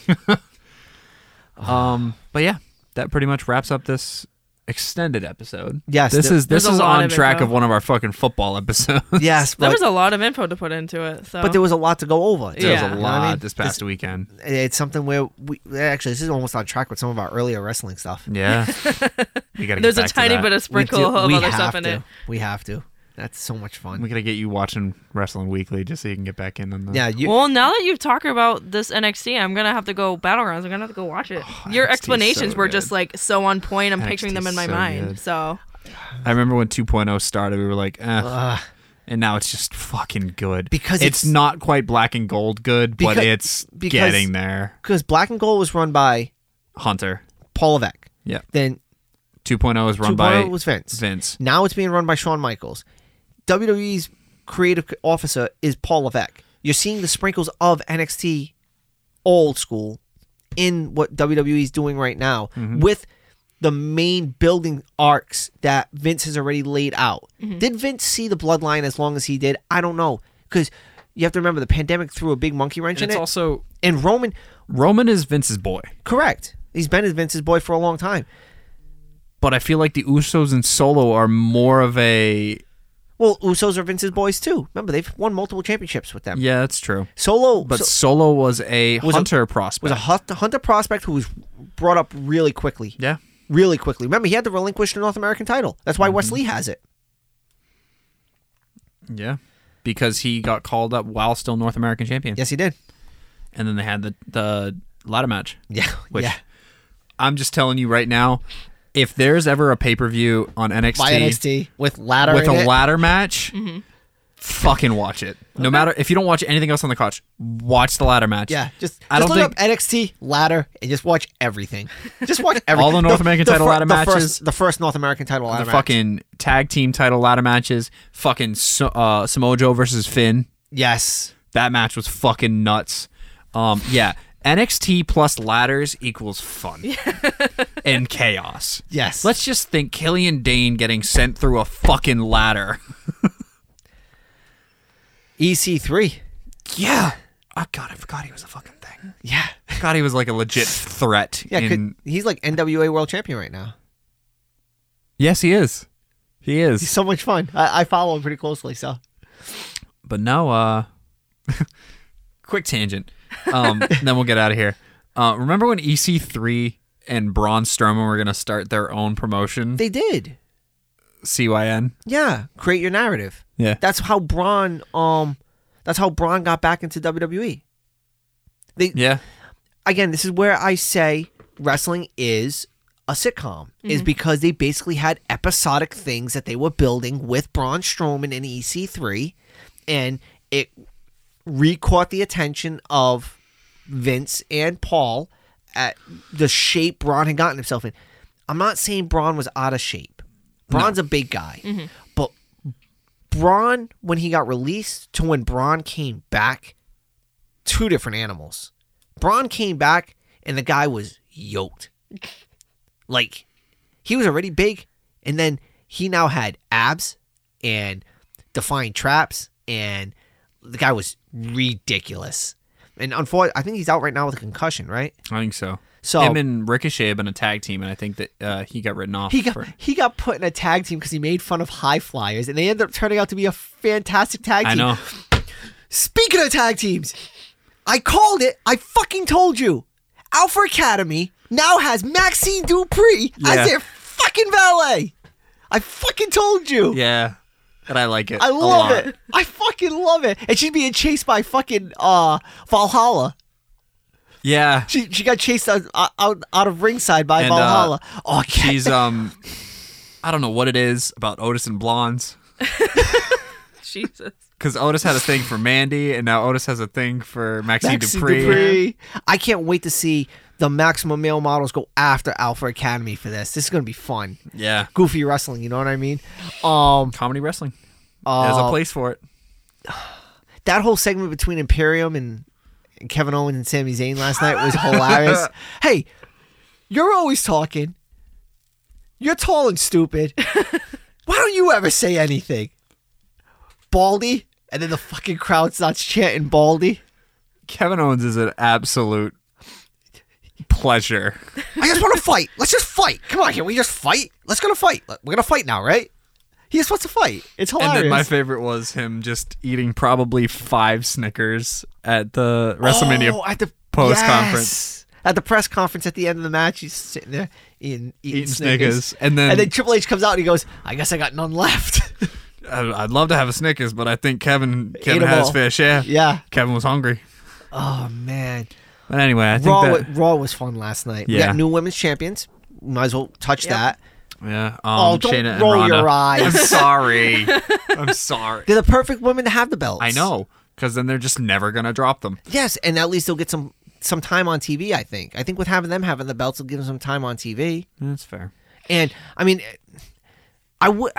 um, but yeah, that pretty much wraps up this extended episode.
Yes,
this
there-
is this
There's a
is
lot
on
of
track
info.
of one of our fucking football episodes.
Yes,
there
but,
was a lot of info to put into it. So.
but there was a lot to go over.
There was
Yeah.
a
You know what I
lot
mean?
this past weekend.
it's something where we actually this is almost on track with some of our earlier wrestling stuff.
Yeah, we gotta.
There's
get
a
back to
tiny
that.
bit of sprinkle
do-
of other stuff
have
in
to.
it.
We have to. That's so much fun.
We gotta get you watching Wrestling Weekly just so you can get back in on the.
yeah, you.
Well, now that you've talked about this NXT, I'm gonna have to go battlegrounds. I'm gonna have to go watch it.
Oh,
Your
NXT 's
explanations
so
were
good.
just like so on point. I'm
's
picturing them in my
so
mind.
good.
So
I remember when 2.0 started, we were like, eh.
Ugh.
and now it's just fucking good
Because it's-
it's, not quite black and gold good, but
Because-
it's
because-
getting there.
because Black and Gold was run by
Hunter,
Paul Levesque.
yeah,
Then
2.0 is run
2.0
by
was Vince.
Vince.
Now it's being run by Shawn Michaels. WWE's creative officer is Paul Levesque. You're seeing the sprinkles of NXT old school in what WWE's doing right now
Mm-hmm.
with the main building arcs that Vince has already laid out. Did Vince see the bloodline as long as he did? I don't know. Because you have to remember the pandemic threw a big monkey wrench in
And it's
it.
also
and Roman,
Roman is Vince's boy,
correct. He's been Vince's boy for a long time.
but I feel like the Usos and Solo are more of a
Well, Usos are Vince's boys too. Remember, they've won multiple championships with them.
yeah, that's true.
Solo,
But
so-
Solo was a
Was a-
Hunter
was
prospect.
a hunt- hunter prospect who was brought up really quickly.
yeah,
Really quickly. Remember, he had to relinquish the North American title. That's
Mm-hmm.
why Wesley has it.
yeah, because he got called up while still North American champion.
Yes, he did.
and then they had the the ladder match.
Yeah.
Which
yeah.
I'm just telling you right now, if there's ever a pay per view on NXT,
By NXT with ladder.
with
in
a
it. Mm-hmm.
ladder match, fucking watch it. No matter if you don't watch anything else on the couch, watch the ladder match.
Yeah. Just,
I
just
don't
look
think-
up NXT ladder and just watch everything. Just watch everything.
All the North American title
fir-
ladder
the first-
matches.
the first North American title ladder
the
match.
fucking tag team title ladder matches. Fucking Sa- uh, Samoa Joe versus Finn.
Yes.
That match was fucking nuts. Um, yeah, NXT plus ladders equals fun and chaos.
Yes.
Let's just think Killian Dane getting sent through a fucking ladder.
E EC3.
Yeah. Oh God, I forgot he was a fucking thing.
Yeah.
I forgot he was like a legit threat.
Yeah.
in-
could, he's like NWA world champion right now.
Yes, he is. He
He's
is.
so much fun. I, I follow him pretty closely. So
But no, uh quick tangent. Um then we'll get out of here. Uh remember when EC3 and Braun Strowman were gonna start their own promotion?
they did.
CYN?
Yeah. Create your narrative.
Yeah.
That's how Braun. Um. That's how Braun got back into E. WWE. They
Yeah.
again. This is where I say wrestling is a sitcom. Is because they basically had episodic things that they were building with Braun Strowman and EC3, and it re-caught the attention of Vince and Paul at the shape Braun had gotten himself in. I'm not saying Braun was out of shape. Braun's a big guy. But Braun, when he got released to when Braun came back, two different animals. Braun came back and the guy was yoked. Like, he was already big, and then he now had abs and defined traps, and the guy was ridiculous. And unfortunately, I think he's out right now with a concussion, right?
I think so.
So-
him and Ricochet have been a tag team and I think that uh, he got written off
He got
for
he got put in a tag team because he made fun of high flyers, and they ended up turning out to be a fantastic tag team.
I know.
Speaking of tag teams, I called it. I fucking told you. Alpha Academy now has Maxine Dupree
Yeah.
as their fucking valet. I fucking told you.
Yeah. And I like it.
I
a
love
lot.
it. I fucking love it. And she's being chased by fucking uh, Valhalla.
Yeah.
She she got chased out out, out of ringside by
And, uh,
Valhalla. oh, yeah.
She's um I don't know what it is about Otis and blondes.
Jesus.
Because Otis had a thing for Mandy, and now Otis has a thing for Maxine,
Maxi
Dupree.
Dupree. I can't wait to see the maximum male models go after Alpha Academy for this. This is gonna be fun.
Yeah.
Goofy wrestling, you know what I mean? Um,
Comedy wrestling. There's a
uh,
place for it.
that whole segment between Imperium and and Kevin Owens and Sami Zayn last night was hilarious. hey, you're always talking. You're tall and stupid. Why don't you ever say anything? Baldy, and then the fucking crowd starts chanting Baldy.
Kevin Owens is an absolute pleasure.
I just want to fight. Let's just fight. Come on, can we just fight? Let's go to fight. We're gonna fight now, right? He just wants to fight. It's hilarious.
And then my favorite was him just eating probably five Snickers at the WrestleMania.
Oh, at the
post
yes.
conference.
At the press conference at the end of the match, he's sitting there eating, eating,
Eating
Snickers.
Snickers. And then,
and then Triple H comes out and he goes, "I guess I got none left."
I- I'd love to have a Snickers, but I think Kevin Kevin
'em
had his
all.
fair share.
yeah.
Kevin was hungry.
Oh man,
But anyway, I think
Raw
that.
wa- Raw was fun last night. We
Yeah.
got new women's champions. Might as well touch
Yep.
that.
yeah. Um,
Oh, don't
Shayna and
roll
Ronda.
your eyes.
I'm sorry. I'm sorry.
They're the perfect women to have the belts.
I know, because then they're just never gonna drop them.
Yes, and at least they'll get some some time on TV. I think. I think with having them having the belts will give them some time on TV.
That's fair.
And I mean, I would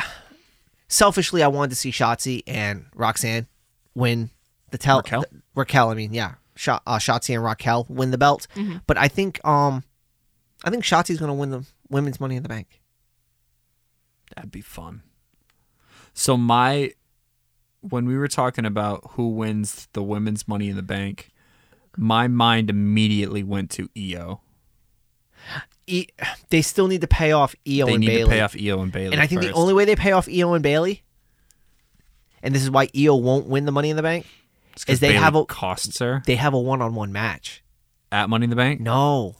selfishly I wanted to see Shotzi and Roxanne win the tell
Raquel?
th- Raquel. I mean, yeah, Sh- uh, Shotzi and Raquel win the belt.
Mm-hmm.
But I think um, I think Shotzi's going to win the women's Money in the Bank.
That'd be fun. So my, when we were talking about who wins the women's Money in the Bank, my mind immediately went to
Oh,
EO.
E- they still need to pay off EO
they
and
need
Bailey,
to pay off EO and Bailey.
and I think the
first.
only way they pay off EO and Bailey, and this is why EO won't win the Money in the Bank,
It's 'cause
is they
Bayley
have a
costs her
they have a one on one match.
at Money in the Bank.
No,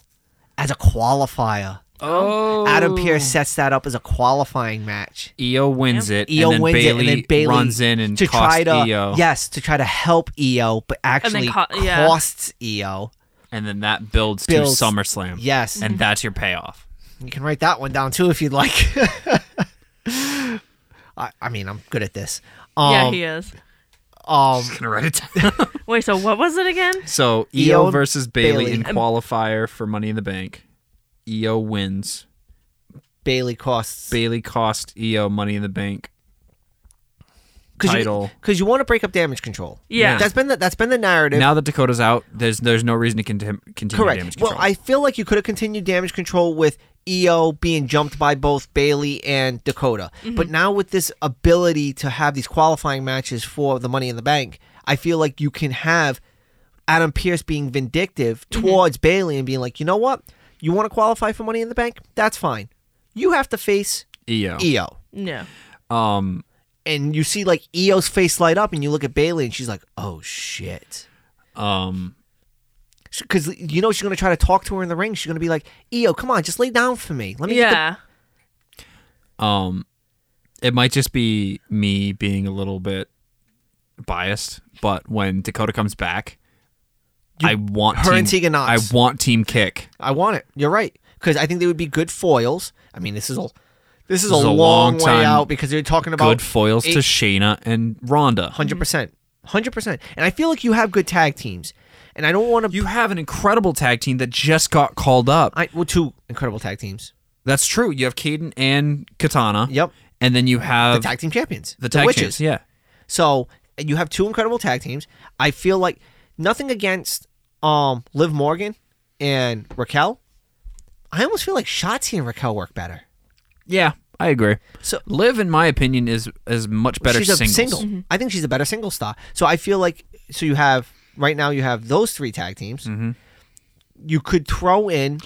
as a qualifier.
Oh,
Adam Pierce sets that up as a qualifying match.
EO E wins it.
EO
and then
E wins
Bailey
it, and then Bailey
runs in and
to
costs E
try to
EO.
yes to try to help EO, but actually
co- yeah.
costs EO.
and then that builds,
Builds-
to SummerSlam.
Yes,
and that's your payoff.
you can write that one down too if you'd like. I, I mean, I'm good at this. Um,
yeah, he is.
um,
Gonna write it down.
Wait, so what was it again?
So
EO
EO,
and
versus Bailey,
Bailey.
in qualifier for Money in the Bank. EO wins. E
Bailey costs.
Bailey cost EO Money in the Bank. title.
because you want to break up damage control.
Yeah.
that's been the, that's been the narrative.
Now that Dakota's out, there's there's no reason to conti- continue
Correct.
damage
well,
control.
I feel like you could have continued damage control with EO being jumped by both Bailey and Dakota,
Mm-hmm.
but now with this ability to have these qualifying matches for the Money in the Bank, I feel like you can have Adam Pierce being vindictive
Mm-hmm.
towards Bailey and being like, you know what, you want to qualify for Money in the Bank? That's fine. You have to face
EO.
EO.
Yeah.
E Um,
and you see like Eo's face light up, and you look at Bailey, and she's like, "Oh shit,"
um,
because you know she's gonna try to talk to her in the ring. She's gonna be like, "Eo, come on, just lay down for me. Let me." get the-"
Yeah.
um, it might just be me being a little bit biased, but when Dakota comes back, I want
her
team,
and Tegan Knox.
I want Team Kick.
I want it. You're right, because I think they would be good foils. I mean, this is a this is, a, long, way
time
out because they're talking about
Good foils to Shayna and Ronda.
hundred percent, hundred percent. And I feel like you have good tag teams, and I don't want to.
You have an incredible tag team that just got called up.
I well, two incredible tag teams,
That's true. You have Caden and Katana.
Yep.
And then you have
the tag team champions,
the tag
witches.
champs, Yeah.
So you have two incredible tag teams. I feel like nothing against um Liv Morgan and Raquel. I almost feel like Shotzi and Raquel work better.
Yeah, I agree.
So-
Liv, in my opinion, is is much better
she's a
singles.
single. I think she's a better single star. So I feel like so you have right now you have those three tag teams.
Mm-hmm.
You could throw in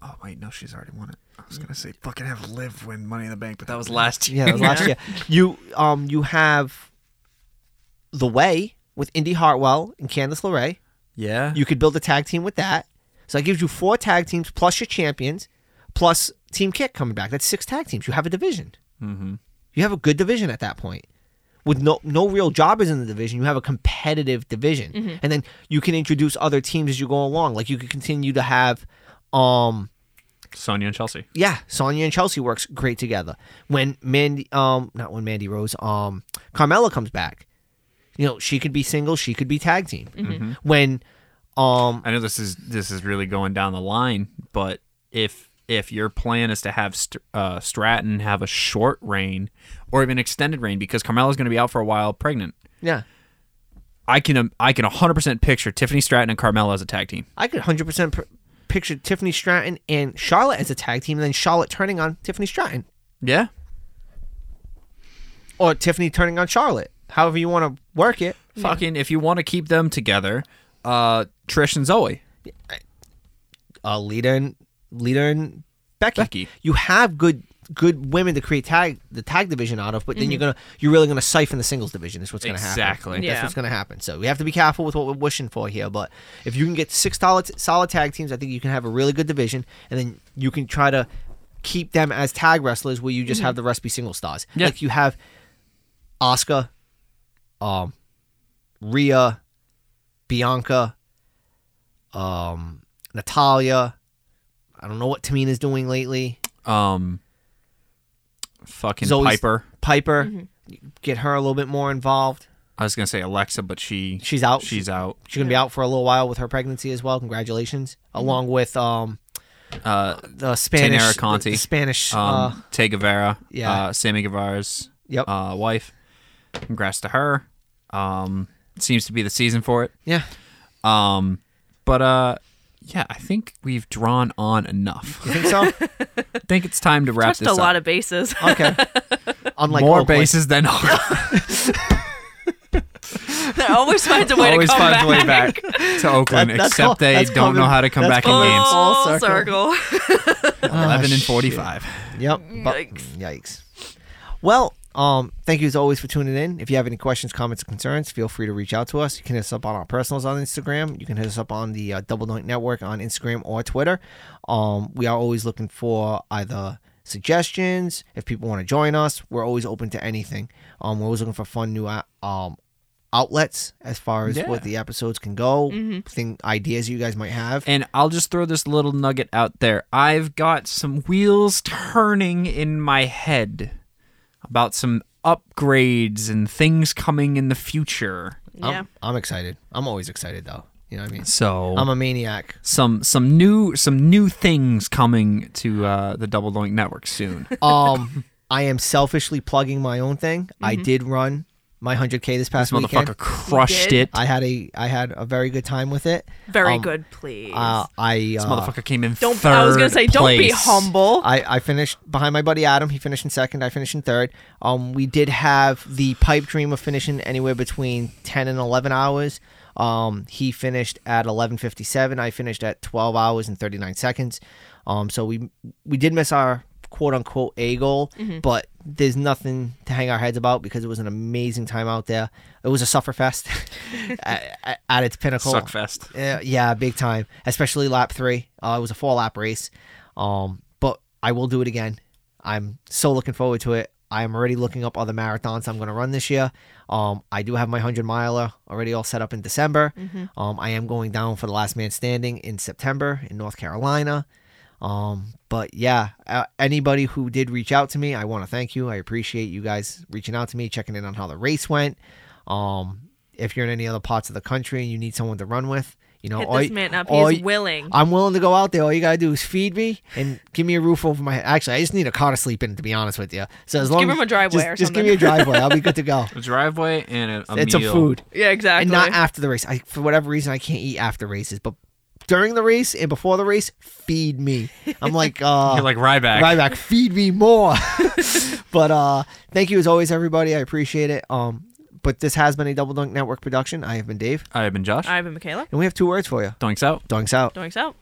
Oh wait, no, she's already won it. I was gonna say fucking have Liv win Money in the Bank, but that was
last
yeah that was last year. You um you have the way with Indy Hartwell and Candice LeRae.
Yeah.
You could build a tag team with that. So that gives you four tag teams plus your champions, plus Team Kick coming back. That's six tag teams. You have a division. Mm-hmm. You have a good division at that point. With no no real jobbers in the division, you have a competitive division, and then you can introduce other teams as you go along. Like you could continue to have, um,
Sonya and Chelsea.
yeah, Sonya and Chelsea works great together. When Mandy, um, not when Mandy Rose, um, Carmella comes back, you know she could be single, she could be tag team. When, um,
I know this is this is really going down the line, but if if your plan is to have St- uh, Stratton have a short reign or even extended reign because Carmella's going to be out for a while, pregnant,
yeah,
I can um, I can 100% picture Tiffany Stratton and Carmella as a tag team.
I could 100% pr- picture Tiffany Stratton and Charlotte as a tag team, and then Charlotte turning on Tiffany Stratton
Yeah.
or Tiffany turning on Charlotte. However, you want to work it.
Fucking if you want to keep them together, uh, Trish and Zoe.
Uh, Lita and Lita and Becky.
Becky.
You have good good women to create tag the tag division out of, but then you're gonna you're really gonna siphon the singles division. Is what's gonna happen.
Exactly.
That's
Yeah.
what's gonna happen. So we have to be careful with what we're wishing for here. But if you can get six solid solid tag teams, I think you can have a really good division, and then you can try to keep them as tag wrestlers where you just have the rest be single stars.
Yeah.
Like you have Oscar, um, Rhea, Bianca, um, Natalia. I don't know what Tamina's doing lately.
Um, fucking
Zoe's-
Piper.
Piper, get her a little bit more involved.
I was gonna say Alexa, but she
She's out.
She's out.
She's gonna be out for a little while with her pregnancy as well. Congratulations, along with um
Uh,
the Spanish
Tenera Conti.
the Spanish.
um,
uh,
Tay Guevara.
yeah.
Uh, Sammy Guevara's
Yep.
uh, wife. Congrats to her. Um, seems to be the season for it.
yeah,
Um, but uh, yeah, I think we've drawn on enough.
you think so?
I think it's time to wrap
Touched
this
a
up.
lot of bases.
okay. Unlike
More
Oakland.
bases than
they always find a way
always
to come
finds
back.
a way back to Oakland,
That- that's
except
called-
they
that's
don't
called
know
in-
how to come
that's
back in
called in
games.
full
Full
circle.
circle. Oh,
Eleven and
shit.
forty-five.
Yep. But-
Mm. Yikes.
yikes. Well, um, thank you as always for tuning in. If you have any questions, comments, or concerns, feel free to reach out to us. You can hit us up on our personals on Instagram. You can hit us up on the uh, Double Doink Network on Instagram or Twitter. Um, we are always looking for either suggestions. If people want to join us, we're always open to anything. Um, we're always looking for fun new uh, um, outlets as far as
Yeah.
what the episodes can go,
Mm-hmm.
thing ideas you guys might have.
And I'll just throw this little nugget out there. I've got some wheels turning in my head about some upgrades and things coming in the future.
yeah.
I'm, I'm excited. I'm always excited though. You know what I mean?
So
Um,
I'm a maniac.
some some new some new things coming to uh, the Double Doink Network soon.
Um, I am selfishly plugging my own thing. I did run my 100k this
Mm-hmm. This
past weekend.
motherfucker crushed
did? Uh,
it.
I had a I had a very good time with it.
Very
Um,
good, please.
Uh, I
This
uh,
motherfucker came in
don't.
third
I was gonna say, don't be
place.
humble.
I, I finished behind my buddy Adam. He finished in second. I finished in third. Um, we did have the pipe dream of finishing anywhere between ten and eleven hours. Um, he finished at eleven fifty seven. I finished at twelve hours and thirty nine seconds. Um, so we we did miss our quote unquote a goal, but there's nothing to hang our heads about because it was an amazing time out there. It was a sufferfest at, at- at its pinnacle.
Suckfest.
Uh, yeah, big time. Especially lap three. Uh, it was a four lap race. Um, but I will do it again. I'm so looking forward to it. I'm already looking up other marathons I'm going to run this year. Um, I do have my 100 miler already all set up in December. Um, I am going down for the last man standing in September in North Carolina. Um, but yeah, uh, anybody who did reach out to me, I want to thank you. I appreciate you guys reaching out to me, checking in on how the race went. Um, if you're in any other parts of the country and you need someone to run with, you know,
Hit
all
this
y-
man up.
all
He's
y-
willing.
I'm willing to go out there. All you gotta do is feed me and give me a roof over my head. Actually, I just need a car to sleep in. To be honest with you, so as long
give
as,
him a driveway
just,
or
just give
something.
me a driveway. I'll be good to go.
A driveway and a, a
and some
meal.
food,
yeah, exactly.
and not after the race. I, for whatever reason, I can't eat after races, but during the race and before the race, feed me. I'm like, uh,
You're like Ryback.
Ryback, feed me more. but uh thank you as always, everybody. I appreciate it. Um, but this has been a Double Dunk Network production. I have been Dave,
I have been Josh.
I've been Michaela.
and we have two words for you.
Doinks out.
Dunks out.
Doinks out.